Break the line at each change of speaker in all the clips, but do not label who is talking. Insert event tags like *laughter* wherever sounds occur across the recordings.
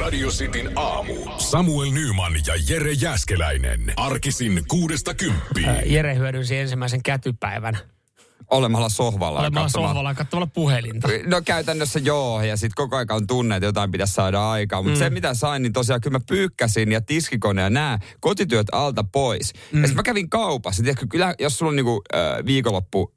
Radio Cityn aamu. Samuel Nyman ja Jere Jäskeläinen. Arkisin kuudesta kymppiin.
Niin.
Jere hyödynsi ensimmäisen kätypäivän.
Olemalla sohvalla. ja
Olemalla
katsomalla-
sohvalla katsomalla puhelinta.
No käytännössä joo, ja sitten koko aika on tunne, että jotain pitäisi saada aikaan. Mutta
Mm.
se mitä sain, niin tosiaan kyllä mä pyykkäsin ja tiskikone ja nää kotityöt alta pois. Mm. Ja sitten mä kävin kaupassa. Tiedätkö, kyllä jos sulla on niinku, äh, viikonloppu äh,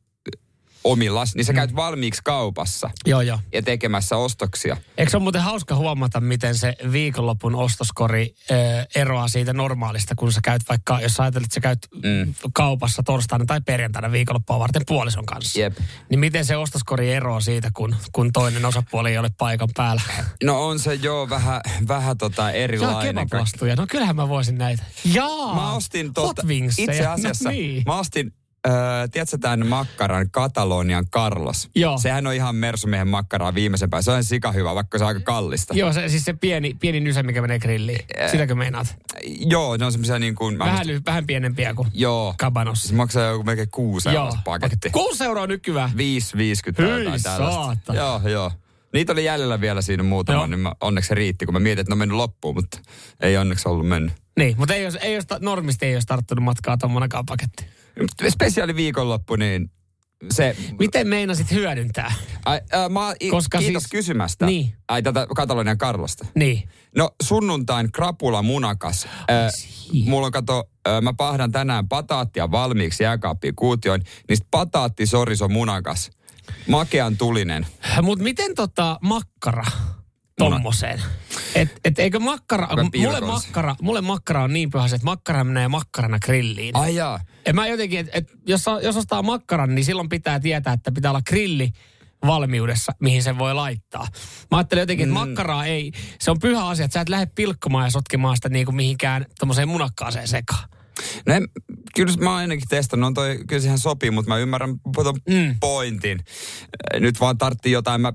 omillas,
Mm.
niin sä käyt valmiiksi kaupassa
Joo, joo.
ja tekemässä ostoksia.
Eikö se ole muuten hauska huomata, miten se viikonlopun ostoskori ö, eroaa siitä normaalista, kun sä käyt vaikka, jos sä ajattelet, että sä käyt mm. kaupassa torstaina tai perjantaina viikonloppua varten puolison kanssa.
Jep.
Niin miten se ostoskori eroaa siitä, kun, kun toinen osapuoli ei ole paikan
*laughs*
päällä?
No on se joo vähän, vähän tota
Jaa,
erilainen. kaikki.
kebaplastuja. No kyllähän mä voisin näitä. Jaa,
Mä ostin tota,
hot wingsejä.
itse
*laughs*
asiassa,
No niin.
mä ostin, äh, tiedätkö tämän makkaran Katalonian Carlos?
Joo.
Sehän on ihan mersumiehen makkaraa viimeisen päin. Se on siis sika hyvä, vaikka se on aika kallista.
Joo, se, siis se pieni, pieni nysä, mikä menee grilliin. Sitäkö meinaat?
Joo, ne on semmoisia niin kuin... mä
Vähän,
muistan-
ly- vähän pienempiä kuin
Joo. Se
kabanossa.
maksaa joku melkein kuusi euroa paketti.
Kuusi euroa nykyään.
5,50
Hyi
tai jotain tällaista.
saatana.
Joo, joo. Niitä oli jäljellä vielä siinä muutama,
Joo.
niin mä, onneksi se riitti, kun mä mietin, että ne on mennyt loppuun, mutta ei onneksi ollut mennyt.
Niin, mutta ei jos, ei jos, normisti ei olisi tarttunut matkaa tuommoinakaan paketti.
Mut Spesiaali viikonloppu, niin se...
Miten meinasit hyödyntää?
Ai, äh, mä, i,
Koska
kiitos
siis-
kysymästä.
Niin.
Ai tätä Katalonian Karlosta.
Niin.
No sunnuntain krapula munakas. Äh,
siinä.
mulla on kato, äh, mä pahdan tänään pataattia valmiiksi jääkaappiin kuutioon, niin sit pataatti soris on munakas. Makean tulinen.
Mutta miten tota makkara tommoseen? Et, et eikö makkara,
No. Mä
mulle
pilkon sen.
makkara, mulle makkara on niin pyhä se, että makkara menee makkarana grilliin.
Ai jaa.
En mä jotenkin, että et, jos, saa- jos ostaa makkaran, niin silloin pitää tietää, että pitää olla grilli valmiudessa, mihin sen voi laittaa. Mä ajattelin jotenkin, että makkaraa ei, se on pyhä asia, että sä et lähde pilkkomaan ja sotkemaan sitä niin kuin mihinkään tommoseen munakkaaseen sekaan.
No en, kyllä mä oon ainakin testannut, on toi, kyllä siihen sopii, mutta mä ymmärrän ton mm. pointin. Äh, Nyt vaan tartti jotain, mä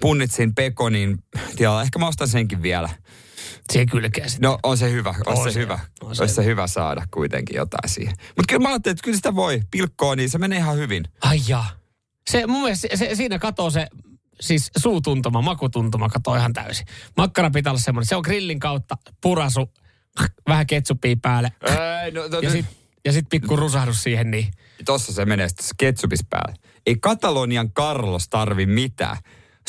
punnitsin pekonin tilalla. Ehkä mä ostan senkin vielä.
Siihen kylkeen sitten.
No on se hyvä, on,
On
se,
se,
hyvä.
on
On
se
se. se hyvä saada kuitenkin jotain siihen. Mutta kyllä mä ajattelin, että kyllä sitä voi pilkkoa, niin se menee ihan hyvin.
Ai jaa. Se, mun mielestä se, se, siinä katoo se siis suutuntuma, makutuntuma katoo ihan täysin. Makkara pitää olla semmoinen. Se on grillin kautta purasu, vähän ketsuppia päälle
Ei, no, no,
ja sitten ja sit pikku rusahdus siihen niin.
tossa se menee sitten ketsupis päälle. Ei Katalonian Carlos tarvi mitään.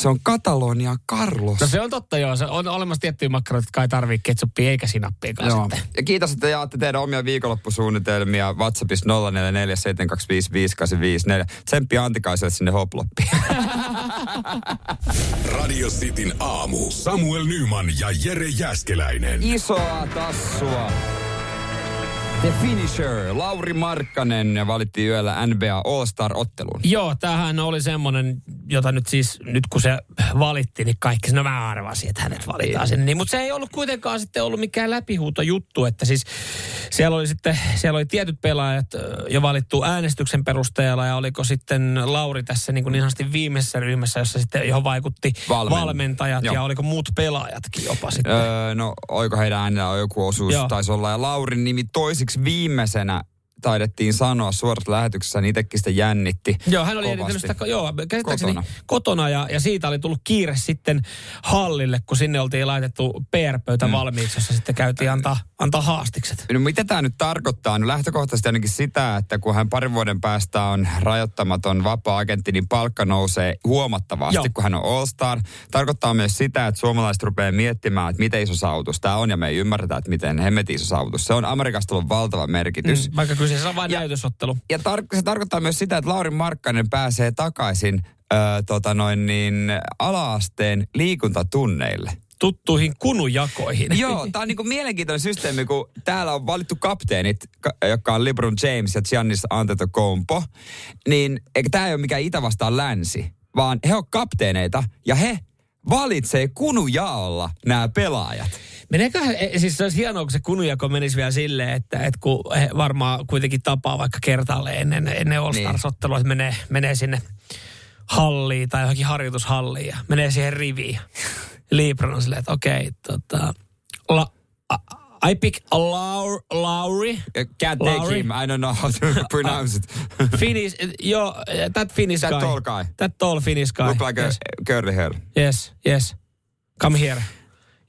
Se on Katalonian Carlos.
No se on totta joo, se on olemassa tiettyjä makkaroita, jotka ei tarvii ketsuppia eikä sinappiakaan
Joo.
sitten.
Ja kiitos, että jaatte teidän omia viikonloppusuunnitelmia WhatsAppissa 0447255854. Tsemppi Antikaiselle sinne hoploppiin.
Radio Cityn aamu. Samuel Nyman ja Jere Jäskeläinen.
Isoa tassua. The Finisher, Lauri Markkanen valittiin yöllä NBA All-Star-otteluun.
Joo, tämähän oli semmoinen, jota nyt siis, nyt kun se valitti, niin kaikki sanoi, mä arvasin, että hänet valitaan sinne. Niin, mutta se ei ollut kuitenkaan sitten ollut mikään läpihuuto juttu, että siis siellä oli sitten, siellä oli tietyt pelaajat ö, jo valittu äänestyksen perusteella ja oliko sitten Lauri tässä niin, kuin niin sanotusti viimeisessä ryhmässä, jossa sitten johon vaikutti
Valmen-
valmentajat
Joo.
ja oliko muut pelaajatkin jopa sitten.
Öö, no, oiko heidän äänellä joku osuus
Joo.
Joo. taisi olla. Ja Laurin nimi toisiksi viimeisenä taidettiin sanoa suorassa lähetyksessä, niin itsekin sitä jännitti.
Joo, hän oli
kovasti.
edellyttänyt sitä, joo, käsittääkseni kotona,
Kotona.
kotona ja, ja siitä oli tullut kiire sitten hallille, kun sinne oltiin laitettu PR-pöytä mm. valmiiksi, jossa sitten käytiin antaa, antaa haastikset.
No mitä tämä nyt tarkoittaa? No lähtökohtaisesti ainakin sitä, että kun hän parin vuoden päästä on rajoittamaton vapaa-agentti, niin palkka nousee huomattavasti,
Joo.
Joo. kun hän on All-Star. Tarkoittaa myös sitä, että suomalaiset rupeaa miettimään, että miten iso saavutus tämä on, ja me ei ymmärretä, että miten hemmetin iso saavutus. Se on Amerikasta tullut valtava merkitys.
Mm, vaikka kyseessä on vain näytösottelu.
Ja tar- se tarkoittaa myös sitä, että Lauri Markkanen pääsee takaisin ö, tota noin niin, ala-asteen liikuntatunneille.
Tuttuihin kunujakoihin.
*laughs* Joo, tämä on niinku mielenkiintoinen systeemi, kun täällä on valittu kapteenit, ka- jotka on LeBron James ja Giannis Antetokounmpo, niin eikä tämä ei ole mikään itä vastaan länsi, vaan he on kapteeneita ja he valitsee kunujaolla nämä pelaajat.
Meneeköhän, e- siis se olisi hienoa, kun se kunujako menisi vielä silleen, että, että kun he varmaan kuitenkin tapaa vaikka kertalle ennen, ennen All Stars-ottelua, että menee, menee sinne halliin tai johonkin harjoitushalliin ja menee siihen riviin. Libron on silleen, että okei, tota, la, a- I pick Laur, Lauri.
Can't take
Lauri.
him, I don't know how to *laughs* pronounce it.
Finnish, joo, that Finnish guy.
That tall guy.
That tall Finnish guy.
Look like a
yes.
curly hair.
yes, yes. Come here.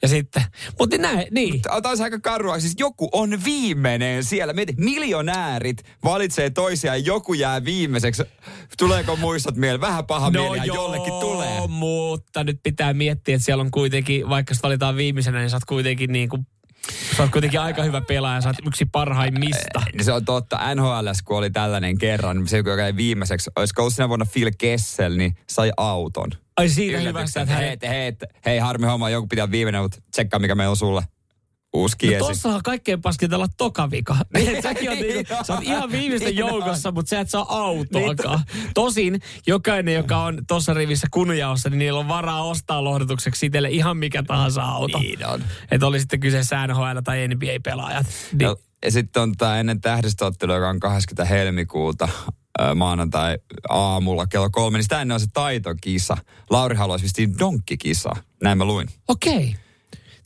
Ja sitten, mutta näin, niin.
Tämä aika karua. Siis joku on viimeinen siellä. Mieti, miljonäärit valitsee toisiaan, joku jää viimeiseksi. Tuleeko muistot mieleen? Vähän paha no mieli jollekin tulee.
mutta nyt pitää miettiä, että siellä on kuitenkin, vaikka sä valitaan viimeisenä, niin sä oot kuitenkin niin kuin Sä oot kuitenkin aika hyvä pelaaja, sä oot yksi parhaimmista.
Se on totta. NHL, kun oli tällainen kerran, se joka jäi viimeiseksi, olisiko ollut sinä vuonna Phil Kessel, niin sai auton.
Ai siitä hyvästä, että
hei, hei, hei, harmi homma, joku pitää viimeinen, mutta tsekkaa mikä meillä on sulle. Uusi kiesi.
No tossahan kaikkeen paskinta olla
*laughs*
tokavika. Säkin on niinku, sä oot ihan viimeisten joukossa, mutta sä et saa
Niin
autoakaan. Tosin jokainen, joka on tuossa rivissä kunjaossa, niin niillä on varaa ostaa lohdutukseksi itselle ihan mikä tahansa auto.
Niin on.
Että oli sitten kyseessä NHL tai NBA-pelaajat. Niin.
No, ja sitten on tämä ennen tähdistöottelua, joka on 20. helmikuuta maanantai aamulla kello kolme, niin sitä ennen on se taitokisa. Lauri haluaisi vistiin donkkikisa, näin mä luin.
Okei. Okay.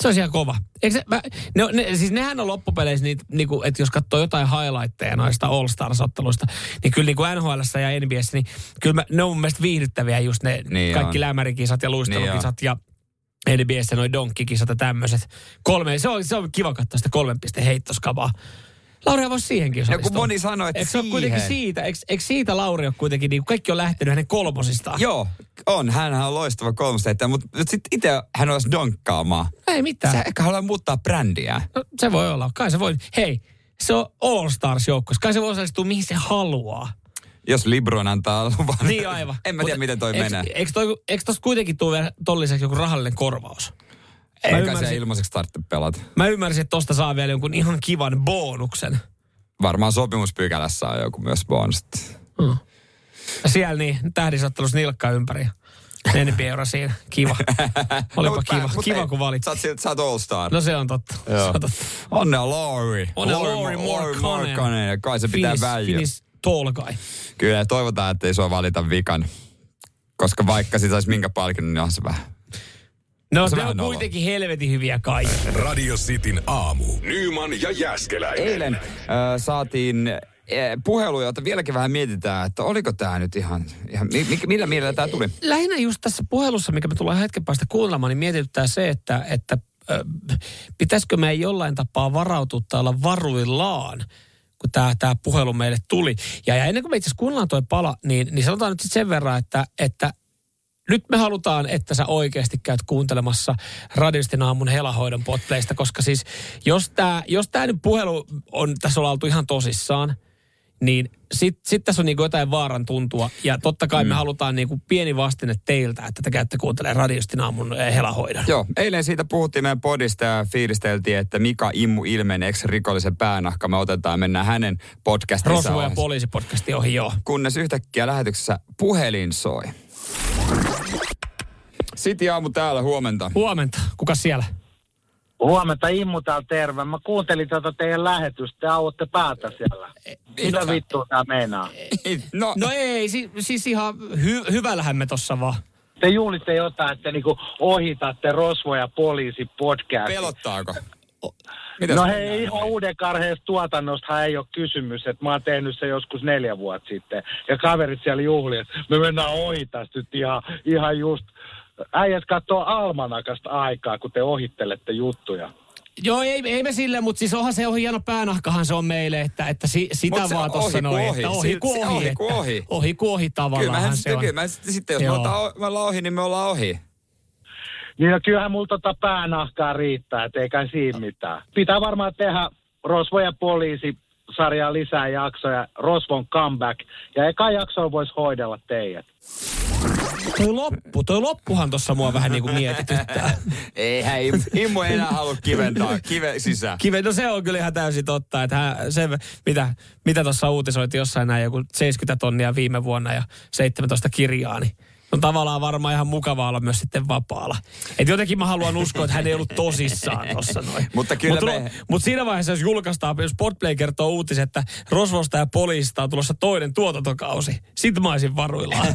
Se olisi ihan kova. Eikö se, mä, ne, ne, siis nehän on loppupeleissä, niitä, niinku, että jos katsoo jotain highlightteja noista All Stars-otteluista, niin kyllä niinku NHL ja NBS, niin kyllä mä, ne on mun mielestä viihdyttäviä just ne niin kaikki on. lämärikisat ja luistelukisat niin ja NBS noin donkkikisat ja tämmöiset. Kolme, se on, se on kiva katsoa sitä kolmen pisteen heittoskavaa. Lauri voisi siihenkin osallistua.
Ja kun moni sanoi, että
eikö
siihen.
kuitenkin siitä, eikö, eikö siitä Lauri ole kuitenkin, niin kaikki on lähtenyt hänen kolmosistaan?
Joo, on. hän on loistava kolmosleittäjä, mutta sitten itse hän olisi donkkaamaan.
Ei mitään.
Sä ehkä haluaa muuttaa brändiä.
No, se voi olla, kai se voi. Hei, se on All Stars joukkueessa. Kai se voi osallistua mihin se haluaa.
Jos Libron antaa luvan. *laughs*
Niin aivan.
en mä tiedä, Mut, miten toi
eikö,
menee.
Eikö, toi, eikö tosta kuitenkin tule tolliseksi joku rahallinen korvaus?
Eikä se ilmaiseksi tarvitse pelata.
Mä ymmärsin, että tosta saa vielä jonkun ihan kivan bonuksen.
Varmaan sopimuspykälässä on joku myös bonus.
Mm. Siellä niin, tähdisottelussa nilkka ympäri. Enempi euro siinä.
*laughs*
Kiva. Olipa no, kiva, mä, kiva ei, kun valit.
Sä oot, sä oot all star.
No se on totta.
Joo.
Se on totta.
Onnea Lauri.
Onnea Lauri Morkkanen.
Kai se pitää
Finnish,
väliä.
Finnish tall guy. No,
Kyllä, toivotaan, ettei sua valita vikan. Koska vaikka sit saisi minkä palkinnon, niin on se vähän
No se on kuitenkin helvetin hyviä kaikki.
Radio Cityn aamu. Nyman ja Jäskeläinen.
Eilen äh, saatiin äh, puheluja, jota vieläkin vähän mietitään, että oliko tämä nyt ihan, ihan mi, mi, millä mielellä tämä tuli?
Lähinnä just tässä puhelussa, mikä me tullaan hetken päästä kuulemaan, niin mietityttää se, että, että äh, pitäisikö me jollain tapaa varautua tai olla varuillaan kun tämä, tämä puhelu meille tuli. Ja, ja ennen kuin me itse asiassa kuunnellaan toi pala, niin, niin sanotaan nyt sitten sen verran, että, että nyt me halutaan, että sä oikeasti käyt kuuntelemassa radistin aamun helahoidon potleista, koska siis jos tämä jos tää nyt puhelu on, tässä ollaan oltu ihan tosissaan, niin sitten sit tässä on niinku jotain vaaran tuntua. Ja totta kai mm. me halutaan niinku pieni vastine teiltä, että te käytte kuuntelemaan radiostin aamun eh, helahoidon.
Joo, eilen siitä puhuttiin meidän podista ja fiilisteltiin, että Mika Immu ilmeneeksi rikollisen päänahka. Me otetaan mennään hänen podcastinsa.
Rosvo ja poliisipodcasti ohi, joo.
Kunnes yhtäkkiä lähetyksessä puhelin soi. Siti Aamu täällä, huomenta.
Huomenta. Kuka siellä?
Huomenta, Immu täällä terve. Mä kuuntelin tätä teidän lähetystä, te auotte päätä siellä. Mitä vittua tää meinaa?
E.
No, no ei, siis, siis ihan hy- hyvällähän me tossa vaan.
Te juulitte jotain, että niinku ohitatte rosvoja poliisi podcast.
Pelottaako?
Mitäs no hei, ihan uuden karheesta tuotannosta ei ole kysymys. Että mä oon tehnyt se joskus neljä vuotta sitten. Ja kaverit siellä juhli, että me mennään ohi tästä nyt ihan, ihan just. Äijät katsoo almanakasta aikaa, kun te ohittelette juttuja.
Joo, ei, ei me sille, mutta siis onhan se ohi hieno päänahkahan se on meille, että, että si, sitä
Mut se
vaan
on
tuossa
ohi
noin.
kuin ohi.
Että
Si-
ohi
se
kuin
ohi
ohi. että
kuin ohi.
Ohi kuin ohi
Kyllä,
tavallaan
mähän
se
sitten,
on.
kyllä, mä sitten, sitten jos me
Joo.
ollaan, me ollaan ohi, niin me ollaan ohi.
Niin no kyllähän mulla tota päänahkaa riittää, et eikä siinä mitään. Pitää varmaan tehdä Rosvo ja poliisi sarjaa lisää jaksoja, Rosvon comeback. Ja eka jakso voisi hoidella teidät.
Toi loppu, toi loppuhan tuossa mua vähän niin kuin mietityttää.
*laughs* Eihän Im-
*laughs*
Immu ei enää halua kiventaa, kive sisään.
Kive, no se on kyllä ihan täysin totta, että hän, se, mitä mitä tuossa uutisoiti jossain näin joku 70 tonnia viime vuonna ja 17 kirjaa, niin on tavallaan varmaan ihan mukavaa olla myös sitten vapaalla. Et jotenkin mä haluan uskoa, että hän ei ollut tosissaan tuossa noin.
*laughs* Mutta kyllä
Mut
me-
lu- mut siinä vaiheessa, jos julkaistaan, jos Sportplay kertoo uutisen, että Rosvosta ja poliisista on tulossa toinen tuotantokausi, sit mä olisin
*laughs*
varuillaan.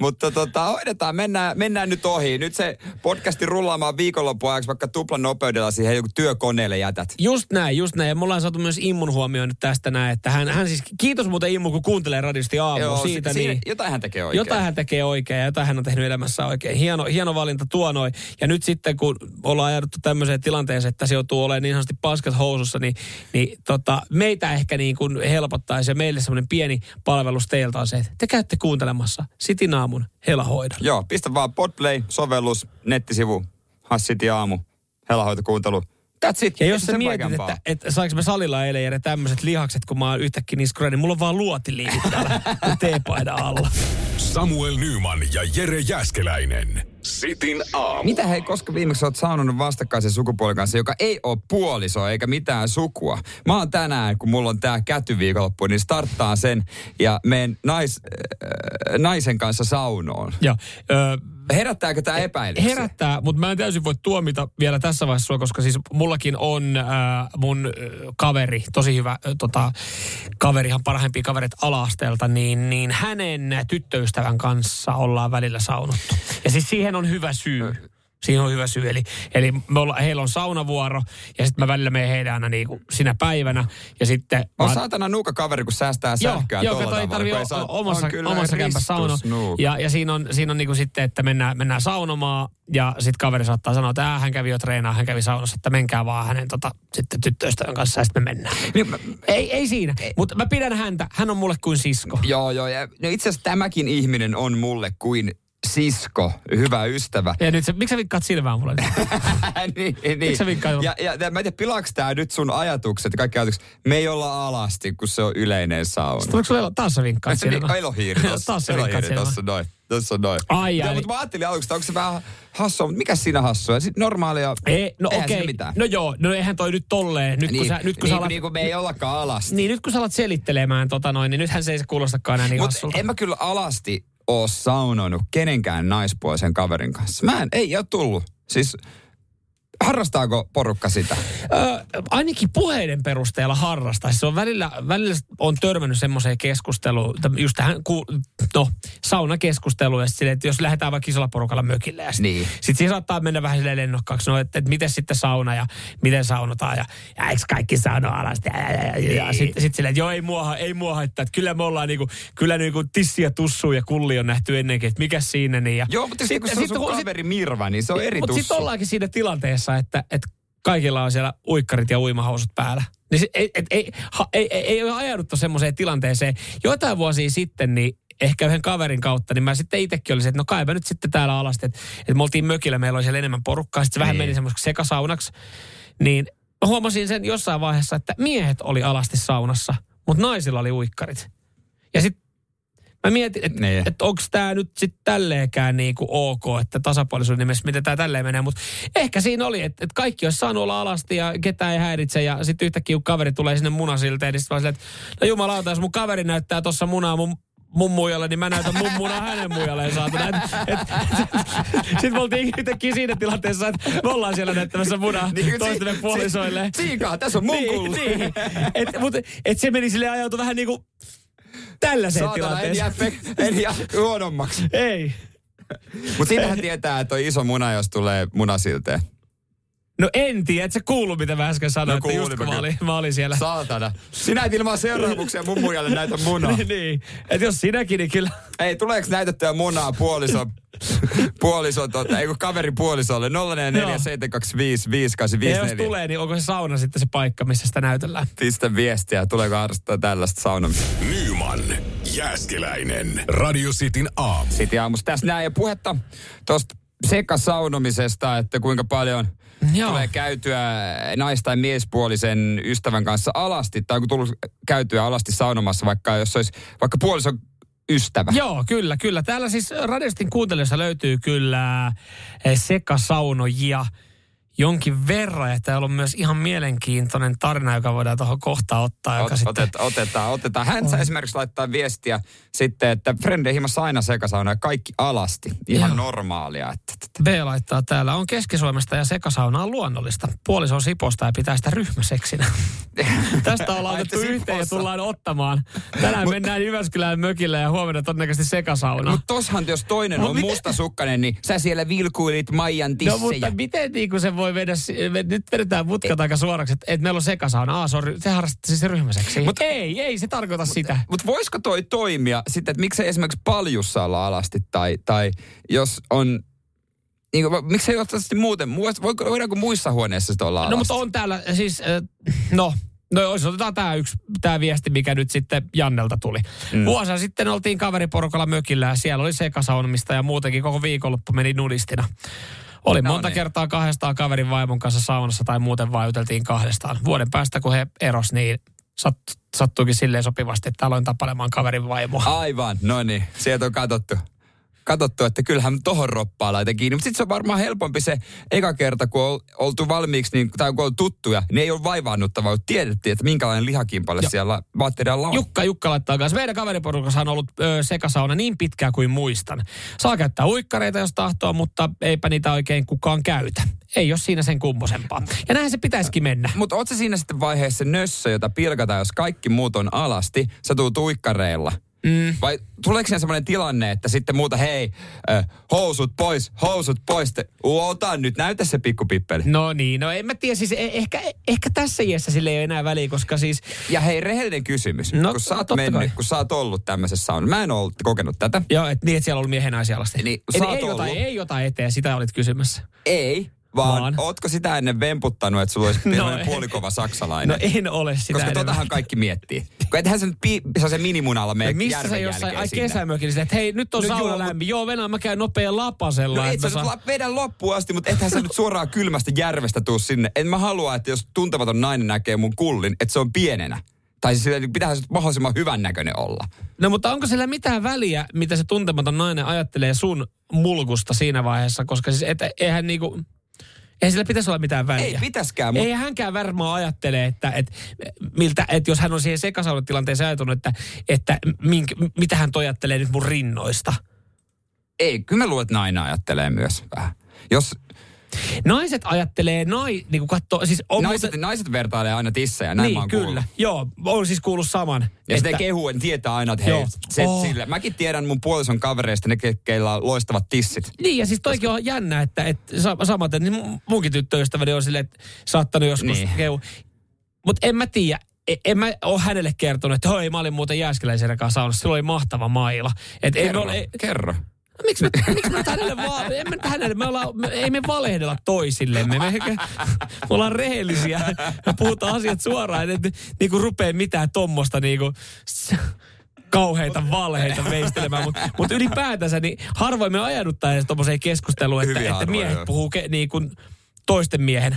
Mutta tota, hoidetaan, mennään, mennään nyt ohi. Nyt se podcasti rullaamaan viikonloppuajaksi vaikka tuplan nopeudella siihen joku työkoneelle jätät.
Just näin, just näin. Ja me ollaan saatu myös Immun huomioon nyt tästä näin, että hän, hän siis, kiitos muuten Immu, kun kuuntelee radiosti aamu siitä,
si-
niin
Jotain hän tekee oikein.
jotain hän tekee oikein. ja jotain hän on tehnyt elämässä oikein. Hieno, hieno valinta tuo noin. Ja nyt sitten, kun ollaan ajauduttu tämmöiseen tilanteeseen, että se joutuu olemaan niin sanotusti paskat housussa, niin, niin tota, meitä ehkä niin kuin helpottaisi ja meille semmoinen pieni palvelus teiltä on se, että te käytte kuuntelemassa Sitin aamun helahoidon.
Joo, pistä vaan Podplay-sovellus, nettisivu, Hassit ja aamu, helahoitokuuntelu. That's it.
Ja jos sä
Ei sen
mietit,
vaikeampaa.
että, että saanko mä salilla eilen jäädä tämmöiset lihakset, kun mä oon yhtäkkiä niin skroja, niin mulla on vaan luotiliivit täällä teepaidan alla.
Samuel Nyman ja Jere Jäskeläinen. Sitin aamu.
Mitä hei, koska viimeksi olet saanut vastakkaisen sukupuolen kanssa, joka ei ole puoliso eikä mitään sukua? Mä oon tänään, kun mulla on tää kätyviikonloppu, niin starttaa sen ja meen nais, äh, naisen kanssa saunoon.
Joo. Ö,
Herättääkö tämä epäilyksiä?
herättää, mutta mä en täysin voi tuomita vielä tässä vaiheessa sua, koska siis mullakin on äh, mun äh, kaveri, tosi hyvä äh, tota, kaveri, ihan parhaimpia kavereita alasteelta, niin, niin hänen tyttöystävän kanssa ollaan välillä saunottu. Ja siis siihen on hyvä syy. Siihen on hyvä syy. Eli, eli me olla, heillä on saunavuoro ja sitten mä välillä menen heidän aina niin kuin sinä päivänä. Ja sitten
On
mä-
saatana nuuka kaveri, kun säästää sähköä
joo,
tolla
kato, ei
tavalla,
tarvii
kun ei saa-
o- omassa,
on kyllä
omassa kämpässä sauno.
ristusnuuka.
Ja, ja siinä on, siinä on niinku sitten, että mennään, mennään saunomaan ja sitten kaveri saattaa sanoa, että "Ää, hän kävi jo treenaa, hän kävi saunassa, että menkää vaan hänen tota, sitten tyttöystävän kanssa ja sitten me mennään.
Niin mä-
Ei, ei siinä, mutta mä pidän häntä. Hän on mulle kuin sisko.
Joo, joo. Ja, no itse asiassa tämäkin ihminen on mulle kuin sisko, hyvä
*laughs*
ystävä. *laughs*
Ja nyt se, miksi sä vikkaat silmään mulle? nyt?
niin, niin.
sä vinkkaile?
ja, ja, ja, mä en tiedä, pilaaks tää nyt sun ajatukset ja kaikki ajatukset. Me ei olla alasti, kun se on yleinen sauna.
Tuleeko sulla elo- taas sä vinkkaat
Niin,
silmään? *laughs*
elohiiri tossa.
Taas sä vinkkaat
elohiiri
silmään.
tossa noin. Tossa noin.
Ai,
Joo,
ai.
mutta mä ajattelin aluksi, että onko se vähän hassua, mutta mikä siinä hassua? Sitten normaalia,
Ei, no
eihän
okei.
siinä mitään.
No joo, no eihän toi nyt tolleen. Nyt kun
niin,
sä, nyt kun
niin,
sä alat,
niin kuin me ei ollakaan alasti.
niin, nyt kun sä alat selittelemään tota noin, niin nythän se ei se kuulostakaan enää niin
Mutta
hassulta.
en mä kyllä alasti oo saunoinut kenenkään naispuolisen kaverin kanssa. Mä en, ei ole tullut. Siis harrastaako porukka sitä?
Ö, ainakin puheiden perusteella harrastaisi. Se on välillä, välillä on törmännyt semmoiseen keskusteluun, t- just tähän ku, no, saunakeskusteluun, ja sit silleen, että jos lähdetään vaikka isolla porukalla mökille, ja sitten
Niin.
sit siinä saattaa mennä vähän silleen lennokkaaksi, no, että, että miten sitten sauna, ja miten saunotaan, ja, ja eikö kaikki sauno alasti, ja, ja, ja, ja, ja sitten sit silleen, että joo, ei mua, ha- ei mua haittaa, että kyllä me ollaan niinku, kyllä niinku tissiä tussuu ja kulli on nähty ennenkin, että mikä siinä, niin ja
Joo, mutta sitten kun se on
sit-
sun
kun- sit-
kaveri Mirva, niin se on eri
mutta
tussu.
sitten ollaankin siinä tilanteessa, että, että kaikilla on siellä uikkarit ja uimahousut päällä. Niin se, ei, et, ei, ha, ei, ei, ei ole ajauduttu semmoiseen tilanteeseen. Joitain vuosia sitten, niin ehkä yhden kaverin kautta, niin mä sitten itsekin olisin, että no kaipa nyt sitten täällä alasti. Että, että me oltiin mökillä, meillä oli siellä enemmän porukkaa, sitten se vähän
Niin.
meni semmoiseksi sekasaunaksi. Niin mä huomasin sen jossain vaiheessa, että miehet oli alasti saunassa, mutta naisilla oli uikkarit. Ja sitten Mä mietin, että
Niin.
et, et onko tämä nyt sitten tälleenkään niinku ok, että tasapuolisuuden nimessä, miten tämä tälleen menee. Mutta ehkä siinä oli, että et kaikki olisi saanut olla alasti ja ketään ei häiritse. Ja sitten yhtäkkiä kun kaveri tulee sinne munasilteen, niin sitten vaan silleen, että no jumalauta, jos mun kaveri näyttää tuossa munaa mun mummujalle, niin mä näytän mummunaa hänen mujalleen saatana. Et, et, *laughs* sitten me oltiin yhtäkkiä siinä tilanteessa, että me ollaan siellä näyttämässä munaa
Niin,
niin, *laughs*
si-
toistemme
si-
puolisoille.
Siikaa, tässä on mun
niin,
kulli.
niin. Et, mut, et se meni sille ajautu vähän niin kuin tällaiseen
Saatana, en
tilanteeseen.
jää, pe- en jää huonommaksi.
Ei.
Mutta siinähän tietää, että on iso muna, jos tulee munasilteen.
No en tiedä, et sä kuullut mitä mä äsken sanoin,
No
että just
kuulin
kun
mä
mä
kyllä.
olin, mä olin siellä.
Saatana. Sinä et ilman seuraamuksia mun mujalle näitä munaa.
niin, *laughs* niin. Et jos sinäkin, niin kyllä.
Ei, tuleeko näytettyä munaa
*laughs*
puolison, puolison tota, ei kun kaverin puolisolle, 0447255854.
Ja jos tulee, niin onko se sauna sitten se paikka, missä sitä näytellään?
Pistä viestiä, tuleeko harrastaa tällaista saunomista.
Nyman, Jääskeläinen. Radio Cityn aamu.
Sitten aamussa tässä näin ja puhetta tuosta sekasaunomisesta, että kuinka paljon
Joo.
tulee käytyä nais- tai miespuolisen ystävän kanssa alasti, tai kun tullut käytyä alasti saunomassa, vaikka jos olisi vaikka puolison ystävä.
Joo, kyllä, kyllä. Täällä siis Radestin kuuntelijoissa löytyy kyllä eh, sekasaunoja jonkin verran. Ja täällä on myös ihan mielenkiintoinen tarina, joka voidaan tuohon kohtaan ottaa. Joka
Ot,
sitten...
otet, otetaan, otetaan. Hän saa esimerkiksi laittaa viestiä sitten, että frendeihin himassa aina sekasauna ja kaikki alasti. Ihan
Joo.
normaalia. Että, että-
B laittaa täällä, on Keski-Suomesta ja sekasauna on luonnollista. Puoliso on Siposta ja pitää sitä
*laughs*
ryhmäseksinä. Tästä ollaan
Ai,
otettu
että
yhteen ja
Sipossa.
tullaan ottamaan. Tänään mennään Jyväskylään mökille ja huomenna todennäköisesti sekasauna.
Mutta toshan, jos toinen
Mut
on
No. mitä-
mustasukkainen, niin sä siellä vilkuilit Maijan
No
tissejä.
mutta miten niin kuin se voi voi vedä, ved- nyt vedetään mutkat aika suoraksi, että et meillä on sekasauna. Aa, se, on, ry- te harrastatte siis ryhmäseksi.
Mut-
Mutta ei, ei se tarkoita sitä.
Mutta voisiko toi toimia sitten, että miksei esimerkiksi paljussa olla alasti tai, tai jos on, niin kuin, miksei ottaa muuten, muist- voiko- voidaanko muissa huoneissa sitten olla alasti?
No mutta on täällä siis, äh, no, no jos otetaan tämä yksi, tämä viesti, mikä nyt sitten Jannelta tuli. Mm. Vuosia sitten oltiin kaveriporukalla mökillä ja siellä oli sekasaunamista ja muutenkin koko viikonloppu meni nudistina. Oli
No
no, monta
niin.
niin. kertaa kahdestaan kaverin vaimon kanssa saunassa tai muuten vaan juteltiin kahdestaan. Vuoden päästä kun he eros, niin sat, sattuikin silleen sopivasti, että aloin tapailemaan kaverin vaimoa.
Aivan, no niin, sieltä on katsottu. Katsottu, että kyllähän tohon roppaa laita kiinni. Mutta sitten se on varmaan helpompi se eka kerta, kun on oltu valmiiksi, niin, tai kun on tuttuja, niin ei ole vaivaannuttavaa, kun tiedettiin, että minkälainen lihakimpale
Joo.
siellä vaatteella on.
Jukka Jukka laittaa kanssa. Meidän kaveriporukassa on ollut ö, sekasauna niin pitkään kuin muistan. Saa käyttää uikkareita, jos tahtoo, mutta eipä niitä oikein kukaan käytä. Ei ole siinä sen kummosempaa. Ja näinhän se pitäisikin mennä.
Mutta oot sä siinä sitten vaiheessa nössö, jota pilkataan, jos kaikki muut on alasti, sä tuut uikkareilla? Mm. Vai tuleeko siinä sellainen tilanne, että sitten muuta, hei, äh, housut pois, housut pois, te, ota nyt, näytä se pikkupippeli.
No niin, no en mä tiedä, siis e- ehkä, ehkä tässä iässä sille ei ole enää väliä, koska siis...
Ja hei, rehellinen kysymys. No,
No,
kun sä oot
totta
mennyt,
kai.
kun sä oot ollut tämmöisessä saunassa. Mä en ole kokenut tätä.
Joo, et niin, että siellä on ollut miehen naisia alasti.
Niin,
Et
sä oot
ei, jota,
ollut.
ei jota eteen, sitä olit kysymässä.
Ei, vaan, vaan.
Vaan.
ootko sitä ennen vemputtanut, että sulla olisi no,
ei. *laughs*
puolikova
No
saksalainen?
en ole sitä
niin. Koska
enemmän.
totahan kaikki miettii. Kun ethän sä nyt pi- se minimunalla mene
Ja missä sä
järven
jossain, ai
jälkeen sinne.
kesämökillä, että hei, nyt on
No
no,
joo,
sauna
mut-
lämmin. Joo, Venäjä, mä käyn nopea lapasella. että
No et sä
mä
nyt
saan-
la- vedä loppuun asti, mutta ethän sä nyt suoraan kylmästä järvestä tuu sinne. En mä halua, että jos tuntematon nainen näkee mun kullin, että se on pienenä. Tai siis sillä- pitäähän se nyt mahdollisimman hyvän näköinen olla.
No mutta onko sillä mitään väliä, mitä se tuntematon nainen ajattelee sun mulkusta siinä vaiheessa, koska siis et, eihän niinku, eihän sillä pitäisi olla mitään väliä.
Ei pitäskään,
Mut...
mutta
Ei hänkään varmaan ajattele, että, et, miltä, että jos hän on siihen sekasaunatilanteeseen ajatunut, että, että mink, mitä hän toi ajattelee nyt mun rinnoista.
ei, kyllä mä luulen, että nainen ajattelee myös vähän. Jos,
Naiset ajattelee, nai, niin kuin katsoo, siis on
naiset, naiset vertailee aina tissejä, näin mä
niin,
oon
kyllä.
kuullut.
Joo, on siis kuullut saman.
Ja sitten kehu, niin tietää aina, että hei,
Joo.
se, oh.
Oh.
sillä. Mäkin tiedän mun puolison kavereista, ne ke- keillä on loistavat tissit.
Niin, ja siis toikin on jännä, että, että sa- samaten niin mun- munkin tyttöystäväni on silleen, että saattanut joskus
Niin.
niin. kehu. Mutta en mä tiedä, e- en mä ole hänelle kertonut, että hei, mä olin muuten jääskeläisen kanssa saunassa, sillä oli mahtava maila. Et ei me
Kerro,
ole, ei,
kerro.
miksi me, miksi me nyt hänelle vaan, en mä nyt hänelle, me ollaan, me, ei me valehdella toisillemme, me, me, ollaan rehellisiä, me puhutaan asiat suoraan, että niin kuin rupee mitään tommosta niin kuin, kauheita valheita veistelemään, mutta mut ylipäätänsä niin harvoin me ajauduttaa edes tommoseen keskusteluun, että,
Hyvin
että
harvoin,
miehet
joo.
puhuu ke, niin kuin toisten miehen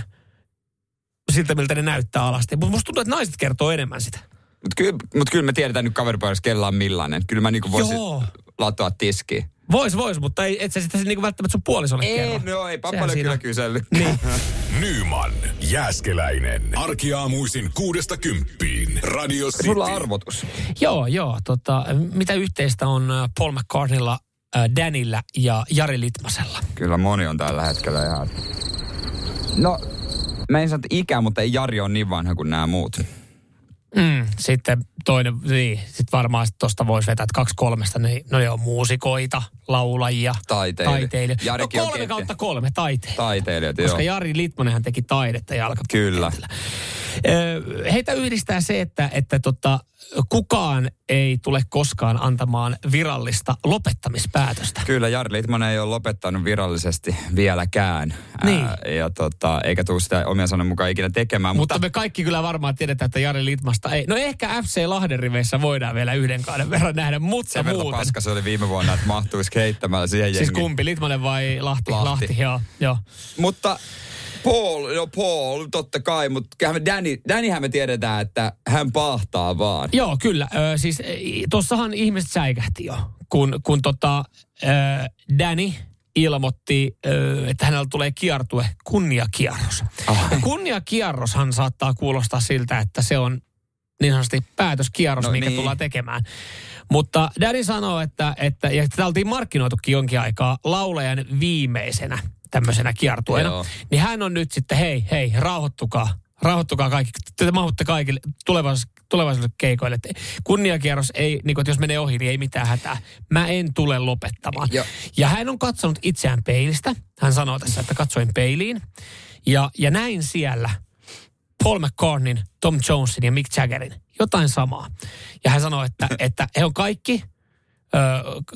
siltä, miltä ne näyttää alasti. Mutta musta tuntuu, että naiset kertoo enemmän sitä.
Mutta kyllä, mut kyllä me tiedetään nyt kaveripöydässä, kella on millainen. Kyllä mä niinku voisin
Joo.
latoa tiskiin.
Vois, vois, mutta ei, et sä sitä niinku välttämättä sun puolisolle
Ei,
kerro.
no ei,
Sehän
paljon
siinä
kyllä
on.
kysellyt. *laughs*
Niin.
Nyman Jääskeläinen. Arkiaamuisin kuudesta kymppiin. Radio City.
Sulla on arvotus.
Joo, joo. Tota, mitä yhteistä on äh, Paul McCartneylla, äh, Danillä ja Jari Litmasella?
Kyllä moni on tällä hetkellä ihan... No, mä en sano, että ikä, mutta ei Jari on niin vanha kuin nämä muut.
Mm, sitten toinen, niin, sit varmaan sit tosta voisi vetää, että kaksi kolmesta, niin, no ne on muusikoita, laulajia,
Taiteilijoita.
taiteilijoita.
Jarikin on
no kolme
kenttä.
kautta kolme taiteilijoita.
Taiteilijat, joo.
Koska Jari Litmanenhan teki taidetta jalkapalloa.
Kyllä.
Ö, Heitä yhdistää se, että, että tota, kukaan ei tule koskaan antamaan virallista lopettamispäätöstä.
Kyllä, Jari Litmanen ei ole lopettanut virallisesti vieläkään.
Niin.
ja tota, eikä tule sitä omia sanan mukaan ikinä tekemään.
Mutta me kaikki kyllä varmaan tiedetään, että Jari Litmasta ei. No ehkä FC Lahden riveissä voidaan vielä yhden kauden verran nähdä, mutta
sen verran
muuten.
paska se oli viime vuonna, että mahtuisi heittämällä siihen
Siis
jengiin.
kumpi, Litmanen vai Lahti?
Lahti.
Lahti, Lahti joo. joo.
Mutta Paul, no Paul, totta kai, mutta kyllähän me Danny, Dannyhän me tiedetään, että hän pahtaa vaan.
Joo, kyllä. Ö, siis i- tossahan ihmiset säikähti jo, kun, kun tota, ö, Danny ilmoitti, ö, että hänellä tulee kiertue, kunniakierros.
Ah.
Ja kunniakierroshan saattaa kuulostaa siltä, että se on niin sanotusti päätöskierros,
No
no, mikä
niin.
niin. tullaan tekemään. Mutta Danny sanoo, että, että ja tätä oltiin markkinoitukin jonkin aikaa laulajan viimeisenä tämmöisenä kiertueena.
Joo.
Niin hän on nyt sitten, hei, hei, rauhoittukaa. Rauhoittukaa kaikki. Te mahutte kaikille tulevaisuudessa tulevaisuudelle keikoille. Et kunniakierros ei, niin kuin, että jos menee ohi, niin ei mitään hätää. Mä en tule lopettamaan.
Joo.
Ja hän on katsonut itseään peilistä. Hän sanoo tässä, että katsoin peiliin. Ja, ja näin siellä Paul McCartneyn, Tom Jonesin ja Mick Jaggerin. Jotain samaa. Ja hän sanoi, että, että he on kaikki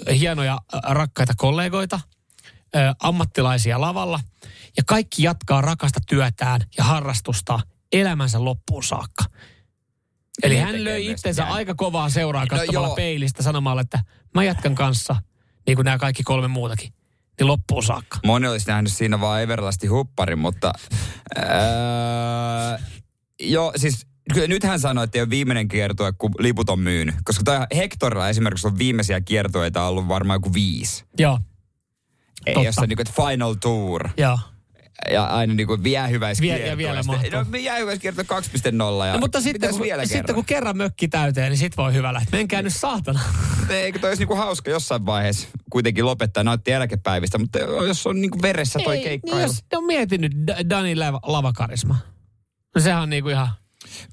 ö, hienoja ö, rakkaita kollegoita, ö, ammattilaisia lavalla. Ja kaikki jatkaa rakasta työtään ja harrastusta elämänsä loppuun saakka. Eli
Niin
hän löi
tekee
itsensä
myös.
aika kovaa seuraa katsomalla
No joo.
peilistä sanomalla, että mä jatkan kanssa, niin kuin nämä kaikki kolme muutakin, niin loppuun saakka.
Moni olisi nähnyt siinä vaan Everlasti hupparin, mutta... Öö, joo, siis kyllä nyt hän sanoi, että ei ole viimeinen kiertue, kun liput on myynyt. Koska toi Hectorilla esimerkiksi on viimeisiä kiertueita ollut varmaan joku viisi.
Joo, Totta.
Ei, jossa niinku, että final tour.
joo.
Ja aina niinku viehähyväiskiertue.
Vie- ja vielä
Sitten-
mahtuu.
No viehähyväiskiertue 2.0. Ja
No, mutta sitten
Mitäs
kun,
vielä
sitten
kerran?
kun kerran mökki täyteen, niin sit voi hyvä lähteä. Menkää nyt saatana.
Eikö toi olisi niinku hauska jossain vaiheessa kuitenkin lopettaa nautti eläkepäivistä, mutta jos on niinku veressä toi
Ei,
keikka.
Niin jos on miettinyt Da- Danin lava- lavakarisma. No sehän on niinku ihan...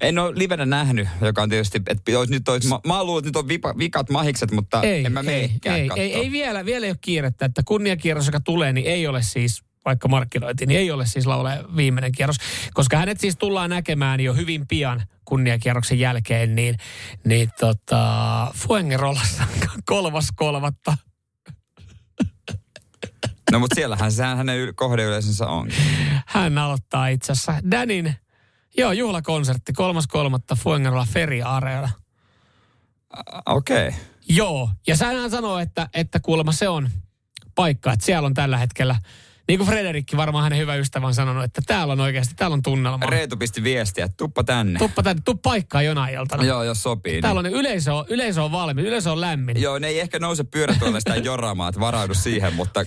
En ole livenä nähnyt, joka on tietysti, että olisi nyt olisi, mä, mä oon luullut, että nyt on vipa, vikat mahikset, mutta
Ei,
en mä
ei,
meekään
ei,
katsoa.
ei, ei, vielä, vielä ei ole kiirettä, että kunniakierros, joka tulee, niin ei ole siis, vaikka markkinointi, niin ei ole siis laule viimeinen kierros. Koska hänet siis tullaan näkemään jo hyvin pian kunniakierroksen jälkeen, niin, niin tota, Fuengerolassa *laughs* kolmas kolmatta.
No mutta siellähän sehän hänen yl- kohdeyleisönsä on.
Hän aloittaa itse asiassa Danin, joo, juhlakonsertti, kolmas kolmatta Fuengerola Ferry Areena.
Okei. Okay.
Joo, ja sähän sanoo, että, että kuulemma se on paikka, että siellä on tällä hetkellä, niin kuin Frederikki varmaan hänen hyvä ystävä on sanonut, että täällä on oikeasti, täällä on tunnelma.
Reetu pisti viestiä, että tuppa tänne.
Tuppa tänne, tuu paikkaa jonain iltana.
No Joo, jos sopii.
Täällä
Niin.
on ne yleisö, on- yleisö on valmis, yleisö on lämmin.
Joo, ne ei ehkä nouse pyörätuolesta joraamaan, että varaudu
*laughs*
siihen, mutta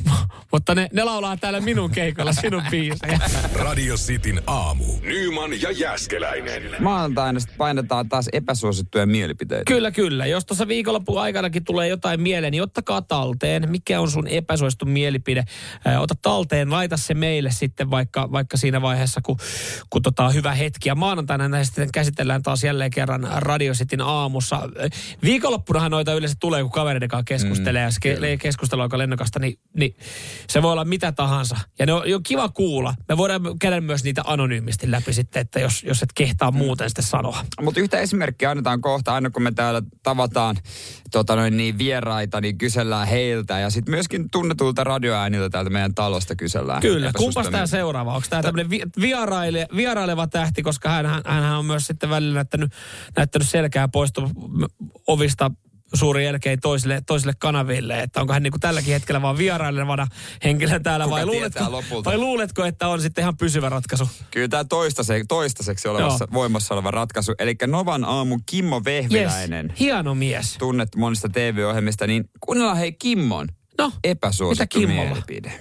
Mutta ne, ne laulaa täällä minun keikalla sinun biisejä.
*laughs*
Radio Cityn aamu. Nyman ja Jäskeläinen.
maanantaina sitten painetaan taas epäsuosittuja mielipiteitä.
kyllä, kyllä. Jos tuossa viikonlopun aikanakin tulee jotain mieleen, niin ottakaa talteen. Mikä on sun epäsuosittu mielipide? Ää, Ota talteen, laita se meille sitten vaikka, vaikka siinä vaiheessa, kun, kun tota on hyvä hetki. Ja maanantaina näitä sitten käsitellään taas jälleen kerran Radio Cityn aamussa. Ää, Viikonloppunahan noita yleensä tulee, kun kavereiden kanssa keskustelee. Mm, ja se ke- keskustelu on aika lennokasta, niin, niin se voi olla mitä tahansa. Ja ne on, on kiva kuulla. Me voidaan käydä myös niitä anonyymisti läpi sitten, että jos, jos et kehtaa muuten sitten sanoa.
Mutta yhtä esimerkkiä annetaan kohta, aina kun me täällä tavataan tota noin, niin vieraita, niin kysellään heiltä. Ja sitten myöskin tunnetuilta radioääniltä täältä meidän talosta kysellään. niin.
Kyllä,
Epäsuosittuja
kumpas tämä
mielipiteitä.
seuraava? Onko tämä tämmöinen vi- vieraile, vieraileva tähti, koska hän, hän, hän on myös sitten välillä näyttänyt, näyttänyt selkää poistu m- ovista suurin jälkeen toisille, toisille kanaville, että onko hän niin kuin tälläkin hetkellä vaan vierailevana henkilö täällä
Kuka
vai
tietää
luuletko,
lopulta?
vai luuletko, että on sitten ihan pysyvä ratkaisu?
Kyllä tämä toistaiseksi, toistaiseksi olevassa, voimassa oleva ratkaisu. Eli Novan aamu Kimmo
Yes,
Vehviläinen, yes.
hieno mies.
tunnettu monista TV-ohjelmista, niin kuunnellaan hei Kimmon
No,
epäsuosittu
mitä Kimmolla?
mielipide.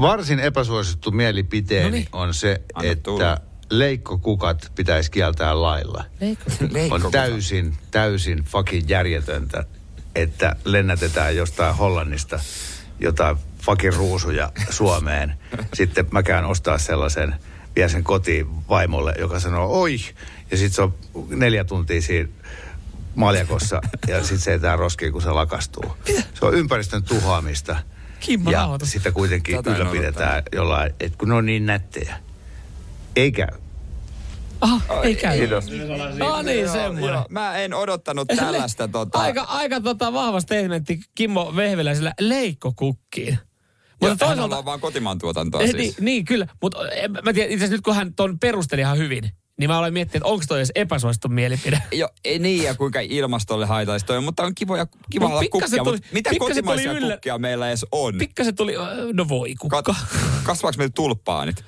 Varsin epäsuosittu mielipiteeni
Noniin.
on se,
No niin. Anna
että
tulla.
leikkokukat pitäisi kieltää lailla.
*laughs*
On täysin, täysin fucking järjetöntä, että lennätetään jostain Hollannista jotain fucking ruusuja
*laughs*
Suomeen. Sitten mä käyn ostaa sellaisen, vien sen kotiin vaimolle, joka sanoo oi. Ja sitten se on neljä tuntia siinä maljakossa ja sitten se etää roskiin, kun se
*laughs*
lakastuu. Se on ympäristön tuhoamista.
Kimmo
ja
Rauhoitu.
sitä kuitenkin
Tätä en
ylläpidetään jollain, että kun ne on niin nättejä. Eikä.
Aha, Ah, ei käy.
Kiitos.
No niin, semmoinen.
Joo, Mä en odottanut tällaista. tota,
Aika, aika tota vahva statementti Kimmo Vehviläisellä leikkokukkiin.
Mutta toisaalta... on vaan kotimaan tuotantoa
Eh,
siis.
Niin, niin, kyllä. Mutta mä tiedän, itse asiassa nyt kun hän ton perusteli ihan hyvin, niin mä olen miettinyt, että onko toi edes epäsuosittu mielipide.
Jo, ei niin, ja kuinka ilmastolle haitallista toi on, mutta on kivoja, kiva
Mut
olla
pikkasen
kukkia.
tuli-
Tuli, mitä
pikkasen
kotimaisia
tuli yllä-
kukkia meillä edes on? Pik-
*laughs* Pikkasen tuli, äh, no voi kukka.
kasvaako meillä tulppaanit?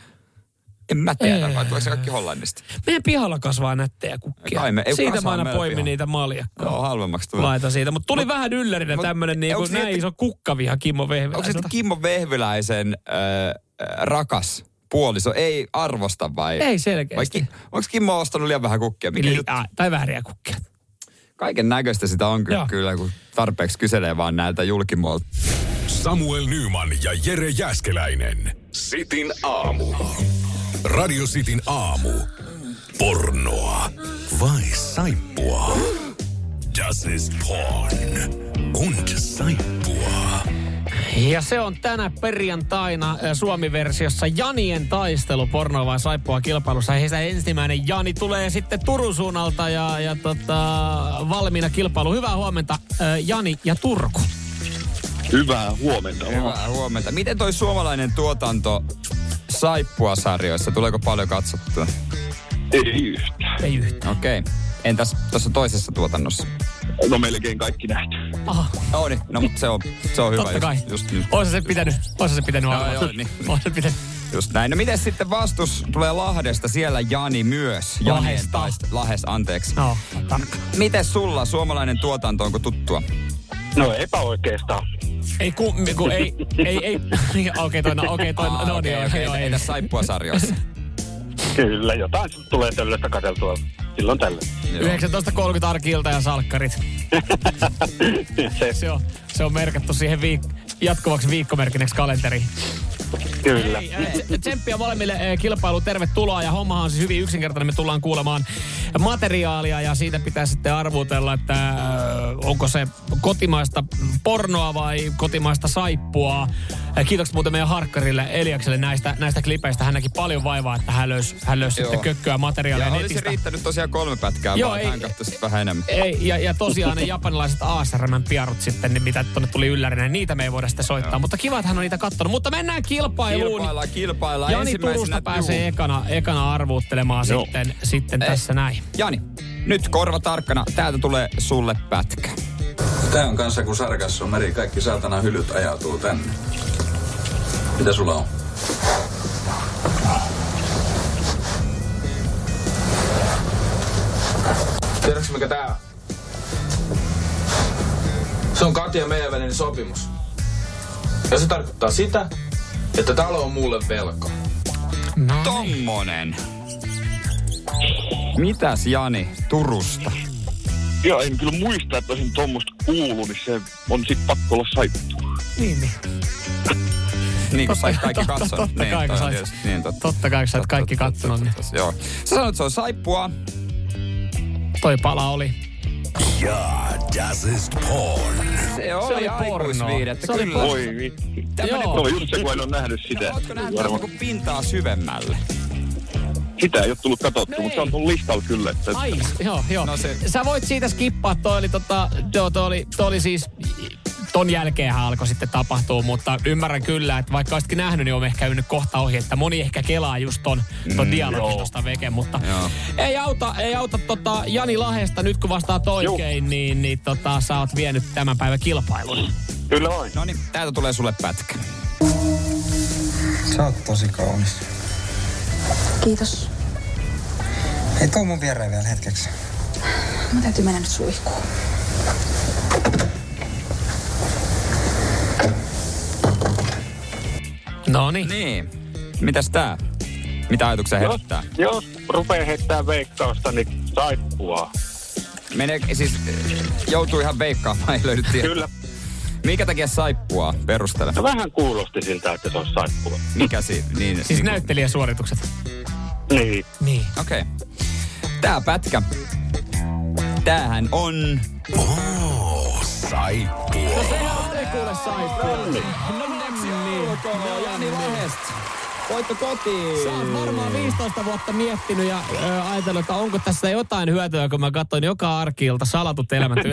En mä tiedä,
Ei.
vai tuleeko se kaikki Hollannista?
Meidän pihalla kasvaa nättejä kukkia.
Kai me- ei
siitä
kasvaa
mä aina
meillä
poimin
pihalla.
niitä maljakkoja.
Joo, halvemmaksi tulee.
Laita siitä, mutta tuli vähän yllärinä
mut
tämmönen niinku
onks niin,
näin
että-
iso kukkaviha Kimmo
Onko se
Vehviläiseltä.
Kimmo Vehviläisen äh, rakas puoliso ei arvosta vai?
Ei selkeästi.
vai Ki, Onko Kimmo ostanut liian vähän kukkia? Mikä
Eli-
juttu?
ah, tai vääriä kukkia.
Kaiken näköistä sitä on
Joo.
kyllä, kyllä, kun tarpeeksi kyselee vaan näiltä julkimoilta.
Samuel Nyman ja Jere Jäskeläinen. Sitin aamu. Radio Cityn aamu. Pornoa vai saippua? Das ist porn und saippua.
Ja se on tänä perjantaina äh, Suomi-versiossa Janien taistelu pornoa vai saippua kilpailussa. Heistä ensimmäinen Jani tulee sitten Turun suunnalta ja, ja tota, valmiina kilpailu. Hyvää huomenta äh, Jani ja Turku.
Hyvää huomenta.
Oh.
Hyvää huomenta. Miten toi suomalainen tuotanto saippua sarjoissa, tuleeko paljon katsottua?
Ei yhtään.
Ei yhtään.
Okei. Okay. Entäs tuossa toisessa tuotannossa?
No melkein kaikki nähty.
Aha,
No niin, no mutta se on, se on hyvä.
totta kai.
Just, just, just,
Ois se pitänyt, ois se pitänyt arvata.
joo, niin.
Ois se pitänyt.
just näin. No miten sitten vastus tulee Lahdesta, siellä Jani myös. Janien
Lahdesta.
taist- Lahes, anteeksi.
No, tarkka.
Miten sulla suomalainen tuotanto, onko tuttua?
No eipä oikeastaan.
Ei ku, ku ei, ei, *laughs* ei. Okei, okay, toi, no, okei, toi, no niin,
Ah, okei,
okei,
okei,
joo,
ei
ei.
tässä saippua
*laughs*
sarjoissa.
Kyllä, jotain sit tulee töllöstä katseltua silloin tällöin.
19.30 arkilta ja salkkarit.
Siis se,
Se on, se on merkattu siihen viik- jatkuvaksi viikkomerkinnäksi kalenteriin.
kyllä.
Hei, äh, tse- Tsemppiä molemmille äh, kilpailuun, tervetuloa ja hommahan on siis hyvin yksinkertainen. Me tullaan kuulemaan materiaalia ja siitä pitää sitten arvutella, että äh, onko se kotimaista pornoa vai kotimaista saippua. Äh, Kiitokset muuten meidän harkkarille Eliakselle näistä, näistä klipeistä. Hän näki paljon vaivaa, että hän löysi, hän löysi
Joo.
sitten kökköä
Ja
materiaalia
olisi
netistä.
riittänyt tosiaan kolme pätkää,
Joo,
Joo, vaan
ei-
ei, hän katsoi sit vähän enemmän.
Ei, ja, ja tosiaan ne japanilaiset ASRM-piarut sitten, ne mitä tuonne tuli yllärinä, niitä me ei voida sitten soittaa. Mutta kiva, että hän on niitä kattonut. Mutta mennään kilpailuun.
Kilpaillaan, kilpaillaan.
Jani
Ensimmäisenä
Turusta pääsee
Juu.
ekana, ekana arvuuttelemaan
Joo.
sitten, sitten tässä näin.
Jani, nyt korva tarkkana. Täältä tulee sulle pätkä.
Tää on kanssa kun sarkassa on meri, kaikki saatana hylyt ajautuu tänne. Mitä sulla on?
Tiedätkö mikä tää on? Se on Katja ja meidän välinen sopimus. Ja se tarkoittaa sitä, että talo on mulle velka.
No,
Tommonen. Mitäs Jani Turusta?
Joo, en kyllä muista, että olisin tuommoista kuullut, niin se on sit pakko olla saippu.
niin, niin.
Niin kuin
Totta
sait
kai-
kaikki
totta-
katsonut.
totta
niin,
kai, kun
toi on
sait-
tietysti- niin, totta.
Totta kai, kun sä oot
Totta,
kaikki
totta,
kattonut, niin
totta, totta. Joo. Sä sanoit, se on saippua.
niin toi pala oli.
Ja, das ist porn.
Se oli,
oli pornoa.
aikuisviihdettä,
Se oli
kyllä.
pornoa.
Voi vitsi.
Tämmönen-
Joo.
No just se, kun en ole nähnyt sitä.
No, ootko nähnyt
Varmaan-
tällaista kuin pintaa syvemmälle?
sitä ei ole tullut katsottu,
No
mutta se
ei.
on tullut listalla kyllä. Että
Ai, joo, joo. No
No
se...
se-
Sä voit siitä skippaa, toi oli, tota, joo, toi oli, toi oli siis ton jälkeen alkoi sitten tapahtua, mutta ymmärrän kyllä, että vaikka olisitkin nähnyt, niin on ehkä käynyt kohta ohi, että moni ehkä kelaa just ton, ton dialogin tosta veke, mutta
Mm, Joo.
ei auta, ei auta tota Jani Lahesta nyt kun vastaat oikein, niin, niin tota, sä oot vienyt tämän päivän kilpailun.
Kyllä on.
No niin, täältä tulee sulle pätkä.
Sä oot tosi kaunis.
Kiitos.
Ei tuu mun viereen vielä hetkeksi.
Mun täytyy mennä nyt suihkuun.
No niin.
Niin. Mitäs tää? Mitä ajatuksia
Jos,
herättää?
jos rupeaa heittämään veikkausta, niin saippua.
Menee, siis eh, joutuu ihan veikkaamaan, *laughs* ei löydy tietoa.
Kyllä.
Minkä takia saippua? Perustele.
No vähän kuulosti siltä, että se on saippua.
Mikä si... Niin,
Siis
niin-
näyttelijäsuoritukset.
Niin. *laughs*
Niin.
Okei. Okay. Tää pätkä. Tämähän on...
Oh, saippua.
Ei kuule saippua.
Joo, Jani Lahest. Voitto kotiin.
Sä oot varmaan 15 vuotta miettinyt ja ö, ajatellut, että onko tässä jotain hyötyä, kun mä katsoin joka arkiilta salatut elämät 19.30,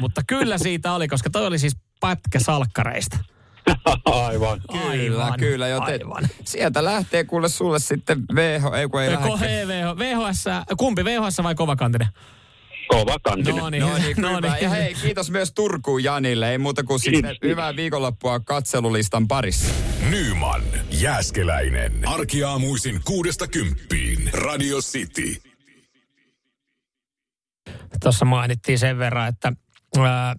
*laughs* mutta kyllä siitä oli, koska toi oli siis pätkä salkkareista.
Aivan.
Kyllä,
Aivan,
kyllä, joten
Aivan.
sieltä lähtee kuule sulle sitten VH, ei kun ei
Ko-
lähdekään.
VH, VHS, kumpi VHS vai kovakantinen?
Kova kantinen.
No
No niin,
*laughs* no
hyvä. Ja hei, kiitos myös Turkuun Janille. Ei muuta kuin sitten
Kiitos.
hyvää viikonloppua katselulistan parissa.
Nyman, Jääskeläinen. Arkiaamuisin kuudesta kymppiin. Radio City.
Tuossa mainittiin sen verran, että ää,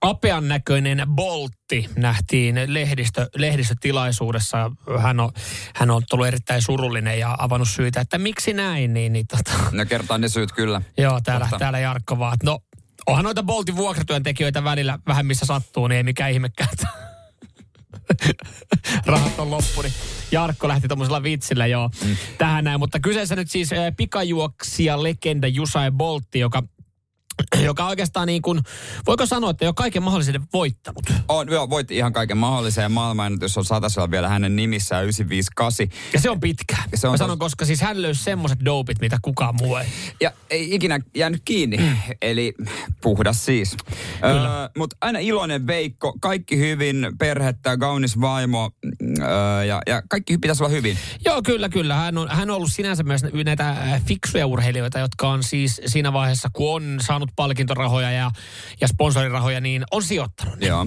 apean näköinen boltti nähtiin lehdistö, lehdistötilaisuudessa. Hän on, hän on ollut erittäin surullinen ja avannut syitä, että miksi näin, niin, niin tota,
No kertaan ne syyt kyllä.
Joo, täällä,
Totta.
täällä Jarkko vaan, että no onhan noita Boltin vuokratyöntekijöitä välillä vähän missä sattuu, niin ei mikään ihmekään. että *laughs* rahat on loppu, niin Jarkko lähti tuommoisella vitsillä joo mm. tähän näin. Mutta kyseessä nyt siis eh, pikajuoksija legenda Usain Boltti, joka joka oikeastaan niin kuin, voiko sanoa, että jo kaiken mahdollisen voittanut.
On, joo, voit ihan kaiken mahdollisen ja maailmanennätys on satasella vielä hänen nimissään 958.
Ja se on pitkä. Se on Mä sanon, tos... koska siis hän löysi semmoiset dopit, mitä kukaan muu ei.
Ja ei ikinä jäänyt kiinni,
Mm.
eli puhdas siis. Öö, Mutta aina iloinen Veikko, kaikki hyvin, perhettä, kaunis vaimo öö, ja, ja kaikki pitäisi olla hyvin.
Joo, kyllä, kyllä. Hän on, hän on ollut sinänsä myös näitä äh, fiksuja urheilijoita, jotka on siis siinä vaiheessa, kun on saanut palkintorahoja ja, ja sponsorirahoja, niin on sijoittanut. Ne.
Joo.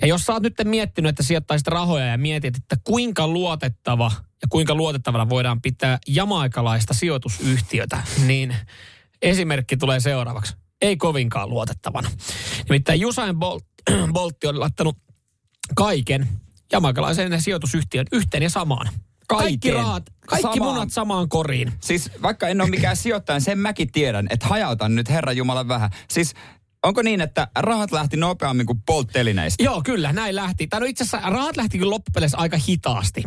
Ja jos sä oot nyt miettinyt, että sijoittaisit rahoja ja mietit, että kuinka luotettava ja kuinka luotettavana voidaan pitää jamaikalaista sijoitusyhtiötä, niin esimerkki tulee seuraavaksi. Ei kovinkaan luotettavana. Nimittäin Usain Bolt, *clears throat* Boltti on laittanut kaiken jamaikalaisen sijoitusyhtiön yhteen ja samaan.
Kaiken.
Kaikki rahat, kaikki
Samaan.
munat samaan koriin.
Siis vaikka en ole mikään sijoittaja, sen mäkin tiedän, että hajautan nyt Herra Jumala vähän. Siis onko niin, että rahat lähti nopeammin kuin polttelineistä?
Joo, kyllä, näin lähti. Tai no itse asiassa rahat lähti kyllä loppupeleissä aika hitaasti.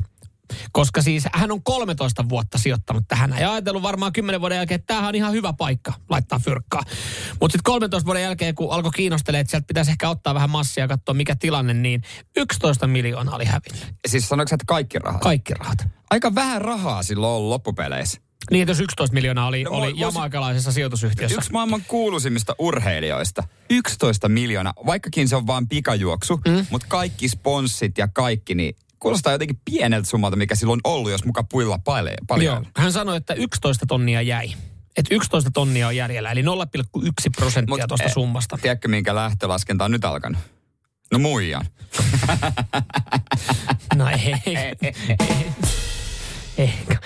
Koska siis hän on 13 vuotta sijoittanut tähän ja ajatellut varmaan 10 vuoden jälkeen, että tämähän on ihan hyvä paikka laittaa fyrkkaa. Mutta sitten 13 vuoden jälkeen, kun alkoi kiinnostelee, että sieltä pitäisi ehkä ottaa vähän massia ja katsoa mikä tilanne, niin 11 miljoonaa oli hävinnyt.
Siis sanoiko sä, että kaikki rahat?
Kaikki rahat.
Aika vähän rahaa silloin on ollut loppupeleissä.
Niin, että jos 11 miljoonaa oli,
No,
no,
voi-
oli
voisi-
jamaikalaisessa sijoitusyhtiössä.
Yksi maailman kuuluisimmista urheilijoista. 11 miljoonaa, vaikkakin se on vain pikajuoksu, mm. mutta kaikki sponssit ja kaikki, niin kuulostaa jotenkin pieneltä summalta, mikä silloin on ollut, jos muka puilla paile, paljon.
Joo. Hän sanoi, että 11 tonnia jäi. Että 11 tonnia on jäljellä, eli 0,1 prosenttia
Mut,
tuosta
eh,
summasta.
Tiedätkö, minkä lähtölaskenta on nyt alkanut? No muijan.
No ei. *laughs* Ehkä.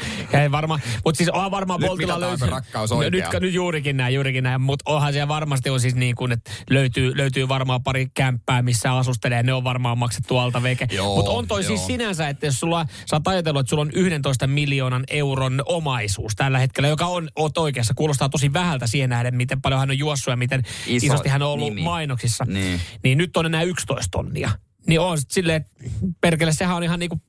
Ei varmaan, mutta siis onhan varmaan
Nyt
Boltilla
mitataan,
löytyy.
onko rakkaus
no, nyt,
oikea.
nyt juurikin näin, juurikin näin, mutta onhan siellä varmasti on siis niin kuin, että löytyy, löytyy varmaan pari kämppää, missä asustelee, ne on varmaan maksettu alta veke.
Joo,
Mutta on toi
joo.
siis sinänsä, että jos sulla, sä oot ajatellut, että sulla on 11 miljoonan euron omaisuus tällä hetkellä, joka on, oot oikeassa, kuulostaa tosi vähältä siihen nähden, miten paljon hän on juossut ja miten
Iso
Iso isosti hän on ollut
nimi.
nimi. mainoksissa.
Niin.
Niin nyt on enää 11 tonnia. Niin on sit silleen, että perkele, sehän on ihan niinku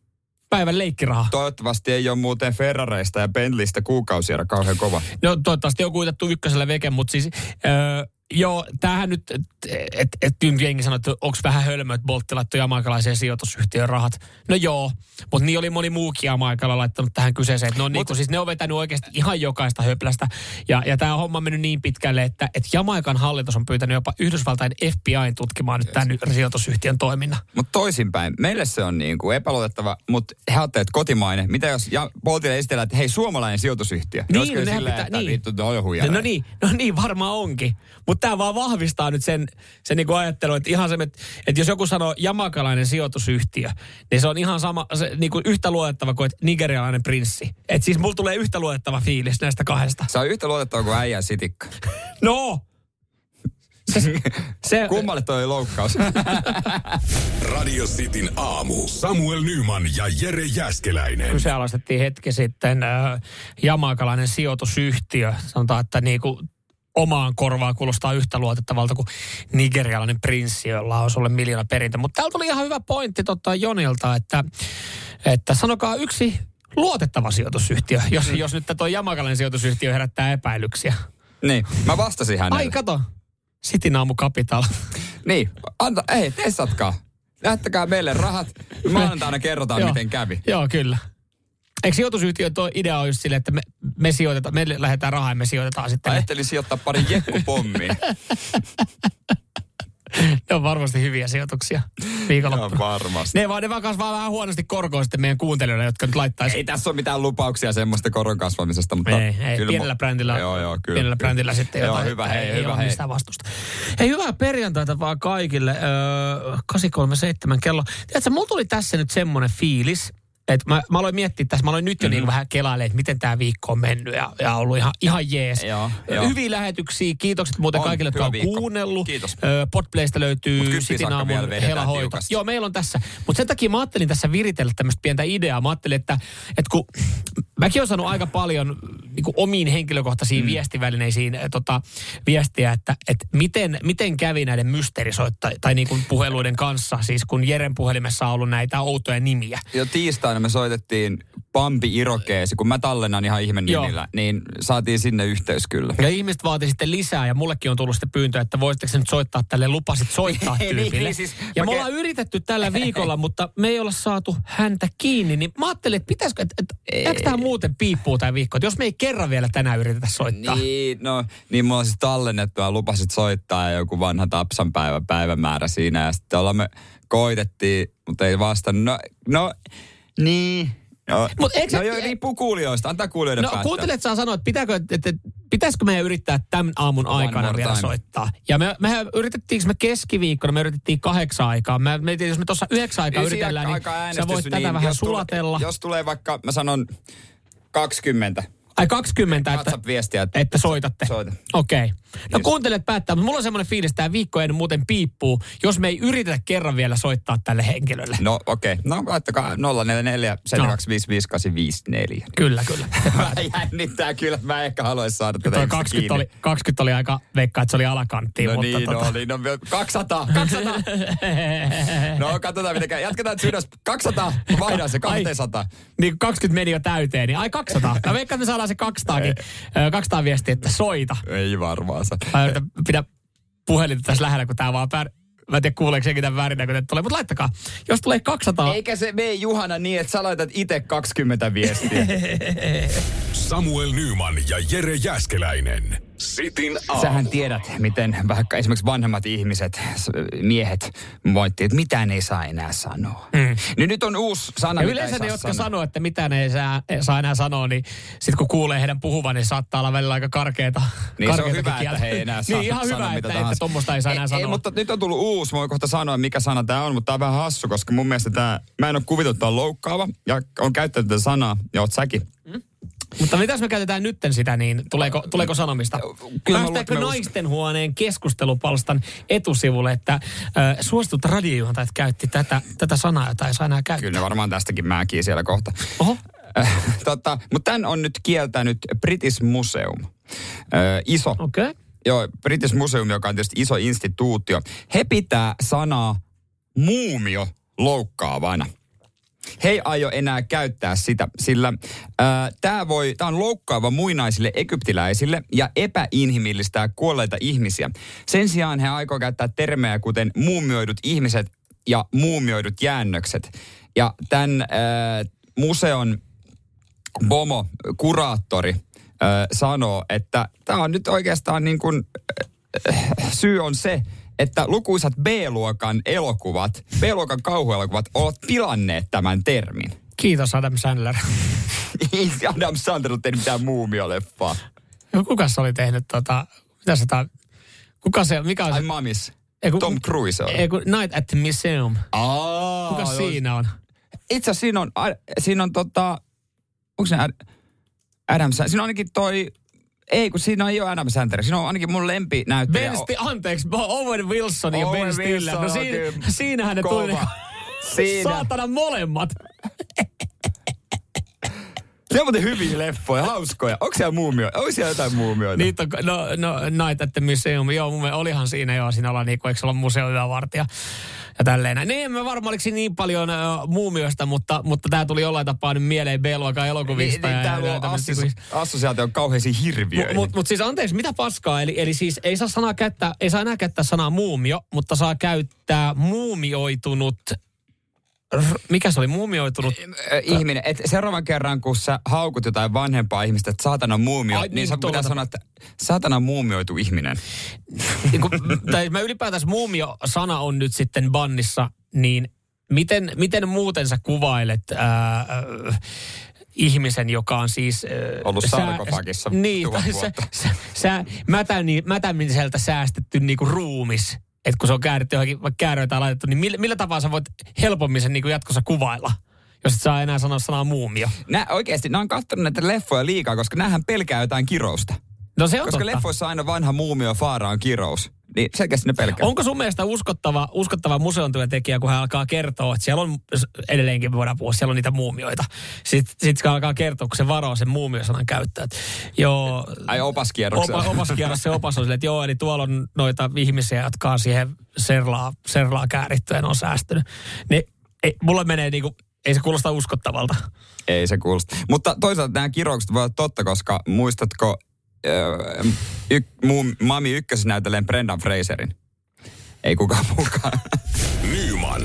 päivän leikkiraha.
Toivottavasti ei ole muuten Ferrareista ja Bentleystä kuukausierä kauhean kova.
No toivottavasti on kuitattu ykkösellä veke, mutta siis... Öö, joo, tämähän nyt, että et, et, nyt jengi sanoo, että onko vähän hölmö, että Boltti laittoi jamaikalaiseen sijoitusyhtiön rahat. No joo, mutta niin oli moni muukin jamaikalla laittanut tähän kyseeseen. Että ne on, niinku, siis ne on vetänyt oikeasti ihan jokaista höplästä. Ja, ja tämä homma on mennyt niin pitkälle, että et Jamaikan hallitus on pyytänyt jopa Yhdysvaltain FBIn tutkimaan nyt tämän sijoitusyhtiön toiminnan.
Mutta toisinpäin, meille se on niin kuin epäluotettava, mutta he ajattelee, että kotimainen. Mitä jos ja Boltille esitellään, että hei, suomalainen sijoitusyhtiö. Ne
Niin,
olis kyllä
nehän
silleen,
pitää-
että
niin.
vittu, toi on
No,
huijari.
no niin, no niin, varmaan onkin. Mutta tämä vaan vahvistaa nyt sen, sen niinku ajattelun, että ihan se, että et jos joku sanoo jamakalainen sijoitusyhtiö, niin se on ihan sama, se, niinku yhtä luotettava kuin et nigerialainen prinssi. Et siis mulla tulee yhtä luotettava fiilis näistä kahdesta.
Se on yhtä luotettava kuin äijä sitikka.
No! Se, se,
*laughs* Kummalle toi
*laughs*
oli loukkaus?
Radio Cityn aamu. Samuel Nyman ja Jere Jäskeläinen.
kyseenalaistettiin hetki sitten äh, jamaikalainen sijoitusyhtiö. Sanotaan, että niinku omaan korvaan kuulostaa yhtä luotettavalta kuin nigerialainen prinssi, jolla on sulle miljoona perintö. Mutta täällä tuli ihan hyvä pointti tota Jonilta, että, että sanokaa yksi luotettava sijoitusyhtiö, jos, jos nyt tuo jamaikalainen sijoitusyhtiö herättää epäilyksiä.
niin, mä vastasin hänelle.
Ai kato, Sitin aamu Capital.
Niin, anta, ei, testatkaa. Lähettäkää meille rahat. Maanantaina kerrotaan,
Joo.
miten kävi.
*laughs* Joo, kyllä. Eikö sijoitusyhtiö tuo idea on just silleen, että me, me sijoitetaan, me lähdetään rahaa ja me sijoitetaan sitten.
Mä
ne-
ehtelin sijoittaa pari
*laughs*
jekkupommia.
Ne on varmasti hyviä sijoituksia viikonloppuna.
Joo, varmasti.
Ne vaan, ne vaan kasvaa vähän huonosti korkoon sitten meidän kuuntelijoille, jotka nyt laittaisi.
Ei tässä ole mitään lupauksia semmoista koron kasvamisesta, mutta...
ei, ei
kyllä
pienellä
mu-
brändillä,
Joo, joo, kyllä.
pienellä
kyllä.
brändillä sitten
Joo,
jotain.
hyvä,
että
hei,
ei
hyvä,
ole
hei.
mistään vastusta. Hei, hyvää perjantaita vaan kaikille. Öö, 837 kello. Tiedätkö, mulla tuli tässä nyt semmoinen fiilis, että mä, mä aloin miettiä tässä, mä aloin nyt jo
Mhm.
mm-hmm. niin vähän kelailemaan, että miten tämä viikko on mennyt ja, ja ollut ihan, ihan jees.
Joo, joo.
Hyviä lähetyksiä, kiitokset muuten
On,
kaikille, jotka
hyvä
on
viikko.
kuunnellut.
Kiitos.
Öö, Podplaysta
Mut
löytyy
kymppiin
Sitin
saakka vielä
aamun
vedetään
helahoito.
tiukasti.
Joo, meillä on tässä. Mutta sen takia mä ajattelin tässä viritellä tämmöistä pientä ideaa. Mä ajattelin, että, että kun mäkin olen saanut aika paljon niin kuin omiin henkilökohtaisiin mm. viestivälineisiin äh, tota, viestiä, että, että miten, miten kävi näiden mysteerisoittajien tai niin kuin puheluiden kanssa, siis kun Jeren puhelimessa on ollut näitä outoja nimiä.
Jo tiistaina me soitettiin Pampi Irokeesi, kun mä tallennan ihan ihme nimillä, niin saatiin sinne yhteys kyllä.
Ja ihmiset vaati sitten lisää ja mullekin on tullut sitten pyyntö, että voisitteko se nyt soittaa tälle lupasit soittaa
*laughs* Niin,
tyypille.
niin, siis
ja
mä
me
ke-
ollaan yritetty tällä viikolla, mutta me ei olla saatu häntä kiinni. Niin mä ajattelin, että pitäisikö, että, että jääkö tämä muuten piippuu tämä viikko, että jos me ei kerran vielä tänään yritetä soittaa.
Niin, no, niin mulla on siis tallennettu ja lupasit soittaa ja joku vanha Tapsan päivä, päivämäärä siinä. Ja sitten ollaan me koitettiin, mutta ei vastannut. No, no niin. No,
Mut eikö
no
se-
joo, riippuu kuulijoista. Antaa kuulijoiden
No
päättää.
kuuntelet saa sanoa, että, pitääkö, että, että pitäisikö meidän yrittää tämän aamun aikana
more
vielä
time.
soittaa. Ja me, mehän yritettiinkö me keskiviikkona, me yritettiin kahdeksan aikaa. Me, me, jos me tuossa yhdeksän aikaa
Niin siinä
yritellään,
aika
niin sä
äänestys,
voit tätä
niin
vähän
jos tule-
sulatella.
jos tulee vaikka, mä sanon 20
Ai 20, että,
WhatsApp-viestiä, että
että soitatte.
soita.
Okei. Okay. No kuuntelet päättää, mutta mulla on semmoinen fiilis, että tämä viikko ei muuten piippuu, jos me ei yritetä kerran vielä soittaa tälle henkilölle.
No okei, okay. no laittakaa 044 725
*laughs* Kyllä,
*laughs*
kyllä.
Mä jännittää kyllä, mä ehkä haluaisin saada tätä
Toi
ihmistä
20
kiinni.
oli, 20 oli aika, veikkaa, että se oli alakanttiin.
No
mutta
niin,
tota,
no niin, no 200,
*laughs*
200. No katsotaan mitenkään, jatketaan nyt ylös. 200, vaihdan se 200.
niin kun 20 meni jo täyteen, niin ai 200. Mä veikkaan, että me saadaan se 200, kin, ö, 200 viestiä, että soita.
Ei varmaan se.
Mä yritän pidä puhelinta tässä lähellä, kun tää vaan pär... Mä en tiedä, kuuleeko senkin tämän väärinä, kun tulee. Mutta laittakaa, jos tulee 200...
Eikä se mene Juhana niin, että sä laitat itse 20 viestiä.
Samuel Nyman ja Jere Jäskeläinen. Sitin aamu.
Sähän tiedät, miten vaikka esimerkiksi vanhemmat ihmiset, s- miehet, moitti, että mitään ei saa enää sanoa. Mm. Niin nyt on uusi sana,
Ja
mitä ei
yleensä ne,
saa
jotka
sanoa.
sanoo, että mitä ne ei saa, ei saa enää sanoa, niin sitten kun kuulee heidän puhuvan, niin saattaa olla välillä aika karkeita.
Niin se on
karkeitakin
hyvä, että
kieltä.
he ei enää
*laughs*
saa
Niin ihan
sanoa
hyvä,
mitä
että,
tahansa.
että tuommoista ei saa enää
ei,
sanoa.
Ei, mutta nyt on tullut uusi, mä voin kohta sanoa, mikä sana tämä on, mutta tämä on vähän hassu, koska mun mielestä tämä, mä en ole kuvitellut, että tää on loukkaava, ja on käyttänyt tätä sanaa, ja oot säkin.
Mutta mitä jos me käytetään nytten sitä, niin tuleeko, tuleeko sanomista?
Kyllä mä luulen, että
Päästäänkö
me us-
naisten huoneen keskustelupalstan etusivulle, että äh, suostut radiojuontajat käytti tätä, tätä sanaa, jota ei saa enää käyttää?
Kyllä ne varmaan tästäkin määkii siellä kohta.
Oho.
Äh, *laughs* tota, mutta tämän on nyt kieltänyt British Museum. Ö, iso.
Okei. Okay.
Joo, British Museum, joka on tietysti iso instituutio. He pitää sanaa muumio loukkaavana. He ei aio enää käyttää sitä, sillä tämä voi, tää on loukkaava muinaisille egyptiläisille ja epäinhimillistää kuolleita ihmisiä. Sen sijaan he aikoo käyttää termejä kuten muumioidut ihmiset ja muumioidut jäännökset. Ja tämän äh, museon Bomo, kuraattori, ö, sanoo, että tämä on nyt oikeastaan niin kuin, äh, syy on se, että lukuisat B-luokan elokuvat, B-luokan kauhuelokuvat ovat pilanneet tämän termin. *laughs*
Kiitos Adam Sandler. *laughs*
Ei se Adam Sandler ole tehnyt mitään muumioleffaa.
No, Kuka se oli tehnyt tota, mitä se tää, kuka se, mikä on
Ai
se?
mamis.
Ei, kun-
Tom Cruise on.
Ei, kun Night at the Museum.
Aa,
e- Kuka
joo.
siinä on?
Itse asiassa siinä on, Ad- siinä on tota, onko se Ad- Adam Sandler? Siinä on ainakin toi, ei kun siinä ei ole Adam Sandler. Siinä on ainakin mun lempinäyttelijä.
Ben Sti- anteeksi, Bo- Owen Wilson ja
Owen
Ben Stiller. No
Wilson on
siinä,
kyllä
siinähän ne tuli *laughs*
Kova.
niinku,
Siinä.
saatana molemmat.
Se on muuten hyviä leffoja, hauskoja. Onko siellä muumioita? Onko siellä jotain muumioita?
Niitä on, no, no Night at the Museum, joo, mun mielestä olihan siinä joo, siinä ollaan niinku, eikö se olla museoyövartija ja tälleen. näin. Niin, en mä varmaan oliko siinä niin paljon uh, muumioista, mutta, mutta tää tuli jollain tapaa nyt mieleen B-luokan
Niin,
elokuvista. ja- ja
täällä on
näitä nyt
assos,
niinku-
assosiaatio on kauheisiin hirviöihin.
Mutta mut siis anteeksi, mitä paskaa? Eli, eli siis ei saa, sanaa käyttää, ei saa enää käyttää sanaa muumio, mutta saa käyttää muumioitunut... R- mikä se oli? Muumioitunut...
Ö, Ihminen, et seuraavan kerran kun sä haukut jotain vanhempaa ihmistä, että saatana muumio,
Ai
niin,
niin,
niin sä
tuolla
pitää
tavalla.
sanoa, että saatana muumioitu ihminen.
niin kun, tai mä ylipäätänsä muumio-sana on nyt sitten bannissa, niin miten, miten muuten sä kuvailet ää, äh, ihmisen, joka on siis... Äh,
Ollut sarkofagissa
Niin,
tuhat
tai sä,
vuotta.
sä, sä mätäni, mätämiseltä säästetty niinku ruumis, että kun se on kääritty johonkin, vaikka kääröön tai laitettu, niin millä, millä tavalla sä voit helpommin sen niinku jatkossa kuvailla? jos et saa enää sanoa sanaa muumio.
Nää, oikeasti, nämä on katsonut näitä leffoja liikaa, koska näähän pelkää jotain kirousta.
No se on
Koska
totta.
leffoissa aina vanha muumio faara on kirous. niin selkeästi ne pelkää.
Onko sun mielestä uskottava, uskottava museon työntekijä, kun hän alkaa kertoa, että siellä on, edelleenkin voidaan puhua, siellä on niitä muumioita. Sitten sit kun alkaa kertoa, kun se varoo sen muumiosanan käyttöä. että Joo,
Ai opaskierroksella.
Opa, opaskierros, se opas on silleen, että joo, eli tuolla on noita ihmisiä, jotka on siihen serlaa, serlaa käärittyen on säästynyt. Niin ei, mulla menee niinku, ei se kuulosta uskottavalta.
Ei se kuulosta. Mutta toisaalta nämä kirjaukset voivat olla totta, koska muistatko öö, yk, muun, Mami ykkösnäytelijän Brendan Fraserin? Ei kukaan *laughs* mukaan.
Nyman,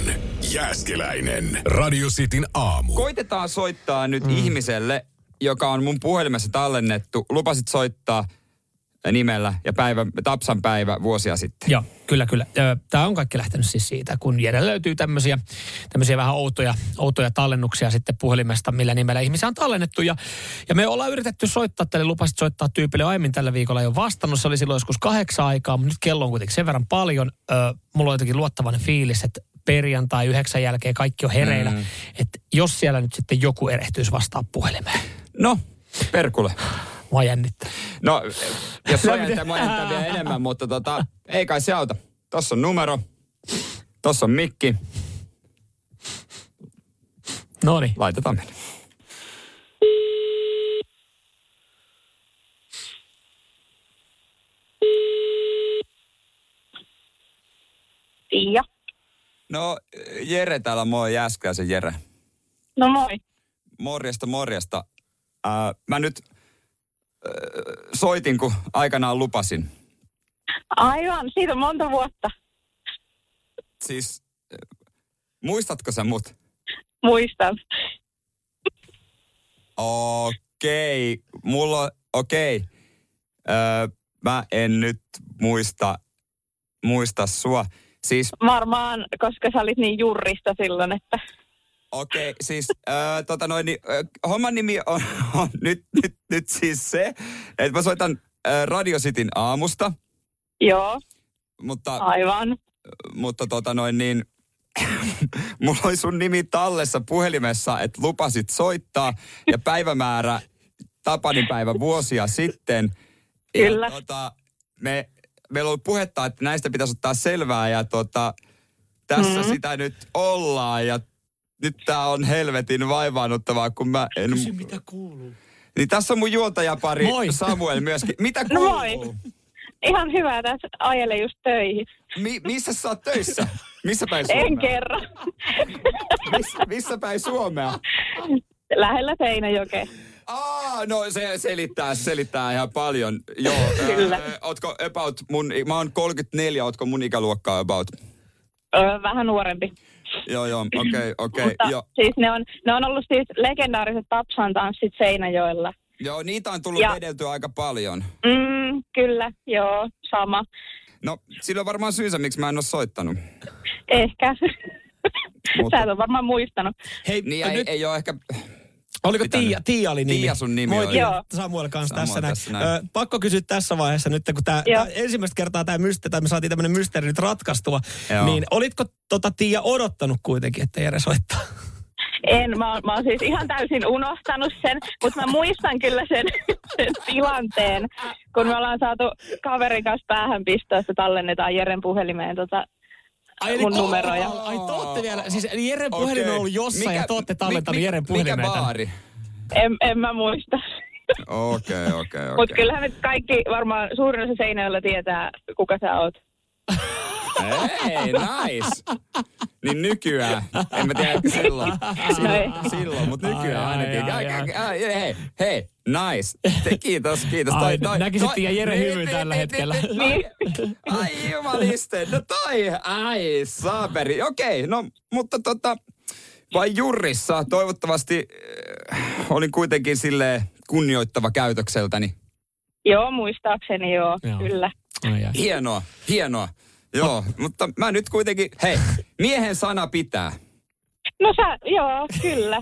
Jääskeläinen, Radio Cityn aamu.
Koitetaan soittaa nyt mm. ihmiselle, joka on mun puhelimessa tallennettu. Lupasit soittaa nimellä ja päivä, Tapsan päivä vuosia sitten.
Joo, kyllä, kyllä. Tämä on kaikki lähtenyt siis siitä, kun Jere löytyy tämmöisiä, tämmöisiä vähän outoja, outoja tallennuksia sitten puhelimesta, millä nimellä ihmisiä on tallennettu. Ja, ja me ollaan yritetty soittaa tälle, lupasit soittaa tyypille aiemmin tällä viikolla jo vastannut. Se oli silloin joskus kahdeksan aikaa, mutta nyt kello on kuitenkin sen verran paljon. Ö, mulla on jotenkin luottavainen fiilis, että perjantai yhdeksän jälkeen kaikki on hereillä. Mm. Että jos siellä nyt sitten joku erehtyisi vastaa puhelimeen.
No, perkule.
Mua jännittää.
*laughs* No, jos sua jännittää, mua jännittää vielä enemmän, mutta tota, ei kai se auta. Tossa on numero, tossa on mikki,
No niin.
laitetaan mennä.
Pia.
No, Jere täällä, moi Jääskäisen Jere.
No moi.
Morjesta, morjesta. Ää, mä nyt äh, soitin, kun aikanaan lupasin.
Aivan, siitä on monta vuotta.
Siis, äh, muistatko sä mut?
Muistan.
Okei, okay. mulla on, okei. Okay. Öö, mä en nyt muista, muista sua. Siis,
Varmaan, koska sä olit niin jurrista silloin, että
okei, okay, siis öö, tota noin, niin, öö, homman nimi on, on nyt, nyt, nyt siis se, että mä soitan öö, Radio Cityn aamusta,
joo,
mutta,
aivan.
mutta tota noin niin, *laughs* mulla oli sun nimi tallessa puhelimessa, että lupasit soittaa ja päivämäärä Tapanin päivä vuosia sitten.
Kyllä.
Ja tota, me, meillä oli puhetta, että näistä pitäisi ottaa selvää ja tota, tässä
Mm-hmm.
mm. sitä nyt ollaan ja nyt tää on helvetin vaivaannuttavaa, kun mä en...
Kysy, mitä kuuluu?
Niin tässä on mun juontajapari
Moi.
Samuel myöskin. Mitä
No
kuuluu?
moi. Ihan hyvä tässä ajele just töihin.
Mi- missä sä oot töissä? Missä päin Suomea?
En kerran.
Miss, missä päin Suomea?
*laughs* Lähellä Seinäjokea.
Aa, no se selittää, selittää ihan paljon.
*laughs*
Joo, ö,
Kyllä.
ö, ootko about mun, mä oon 34, ootko mun ikäluokkaa about?
Öö, vähän nuorempi.
Joo,
*clears throat*
joo, okei, okei,
Mutta
joo.
siis ne on, ne on ollut siis legendaariset Tapsan tanssit Seinäjoella.
Joo, niitä on tullut
Ja-
vedeltyä aika paljon.
Mm, kyllä, joo, sama.
No, sillä on varmaan syynsä, miksi mä en ole soittanut.
Ehkä. *laughs*
Mutta-
Mutta... Sä et ole varmaan muistanut.
Hei,
Niin
nyt,
ei, ei ole ehkä...
Oliko
Mitä
Tiia,
nyt?
Tiia oli nimi?
Tiia sun nimi
Moi,
oli.
Tiia.
Joo.
Samuel kanssa
Samuel
tässä näin.
tässä näin.
Ö, pakko kysyä tässä vaiheessa nyt, kun tää,
Joo.
tää ensimmäistä kertaa tämä mysteeri, tai me saatiin tämmöinen mysteeri nyt ratkaistua,
Joo.
niin olitko tota Tiia odottanut kuitenkin, että Jere soittaa?
En, mä, oon- mä oon siis ihan täysin unohtanut sen, mutta mä muistan kyllä sen, *laughs* sen tilanteen, kun me ollaan saatu kaverin kanssa päähänpistoista tallennetaan Jeren puhelimeen tota
Ai,
mun
te-
numeroja.
Ai te ootte vielä, siis eli Jeren puhelin
Okei.
on ollut jossain
Mikä-
ja te ootte
mi-
tallentanut
mi-
Jeren puhelimeen.
Mikä
tänne.
baari?
En, en mä muista. *laughs*
Okei, okei,
Mutta
okei.
kyllähän me kaikki varmaan suurin osa seinällä tietää, kuka sä oot.
Hei, nice. Niin nykyään. En mä tiedä, että
*laughs*
silloin. Silloin,
Ai.
silloin mutta nykyään
Ai,
ainakin.
ai, ai,
Ai, ai, ai, Hei, hei, nice. Te- Kiitos, kiitos.
Ai, näkisit Tiia Jeren hyvyn tällä hetkellä.
Niin. Ai jumaliste, no toi, ai saaperi. Okei, no mutta tota, vai jurissa, toivottavasti äh, olin kuitenkin sille kunnioittava käytökseltäni.
Joo, muistaakseni joo,
Joo.
joo. kyllä.
Ai, ai.
Hienoa, hienoa. Joo, mutta mä nyt kuitenkin, hei, miehen sana pitää.
No sä, joo, kyllä.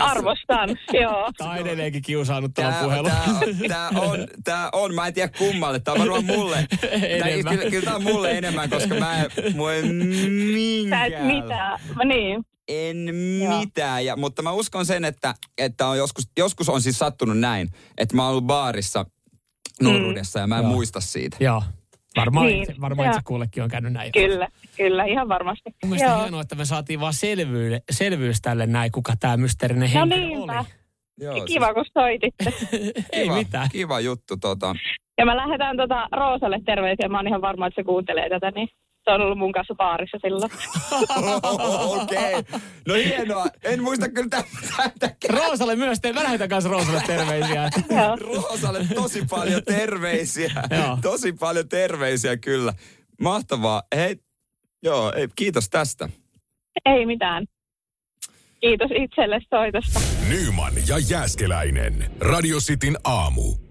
Arvostan, joo.
Tää on edelleenkin kiusaanut tämä
Tää,
puhelu.
tää, tää, on, tää on, mä en tiedä kummalle, tää on varmaan
*laughs*
mulle. Tää,
Enemmän.
kyllä, kyllä tää on mulle enemmän, koska mä en, mua ei
Sä et
minkään.
mitään. Mä niin,
En
Joo.
mitään, ja, mutta mä uskon sen, että, että on joskus, joskus on
Mm.
siis sattunut näin, että mä oon ollut baarissa nuoruudessa ja mä en
*laughs* Joo.
muista siitä.
Joo. Varmaan,
Niin,
itse, varmaan itse
joo.
kullekin on käynyt näin.
Kyllä, kyllä, ihan varmasti.
Mun mielestä on hienoa, että me saatiin vaan selvyys, selvyys tälle näin, kuka tämä mysteerinen
No
henkilö
niinpä.
Joo,
Kiva, kun soititte.
Ei
kiva,
mitään.
Kiva juttu
*laughs*
tota. *laughs*
Ja mä lähetän tota Roosalle terveisiä. Mä oon ihan varma, että se kuuntelee tätä, niin se on ollut mun kanssa baarissa silloin.
Okei. Okay. No hienoa. En muista kyllä tätä.
Roosalle myös, te, mä lähetän kanssa Roosalle terveisiä.
Roosalle tosi paljon terveisiä.
Joo.
tosi paljon terveisiä kyllä. Mahtavaa. Hei, joo, ei, kiitos tästä.
Ei mitään. Kiitos itselle soitosta.
Nyman ja Jääskeläinen. Radio Cityn aamu.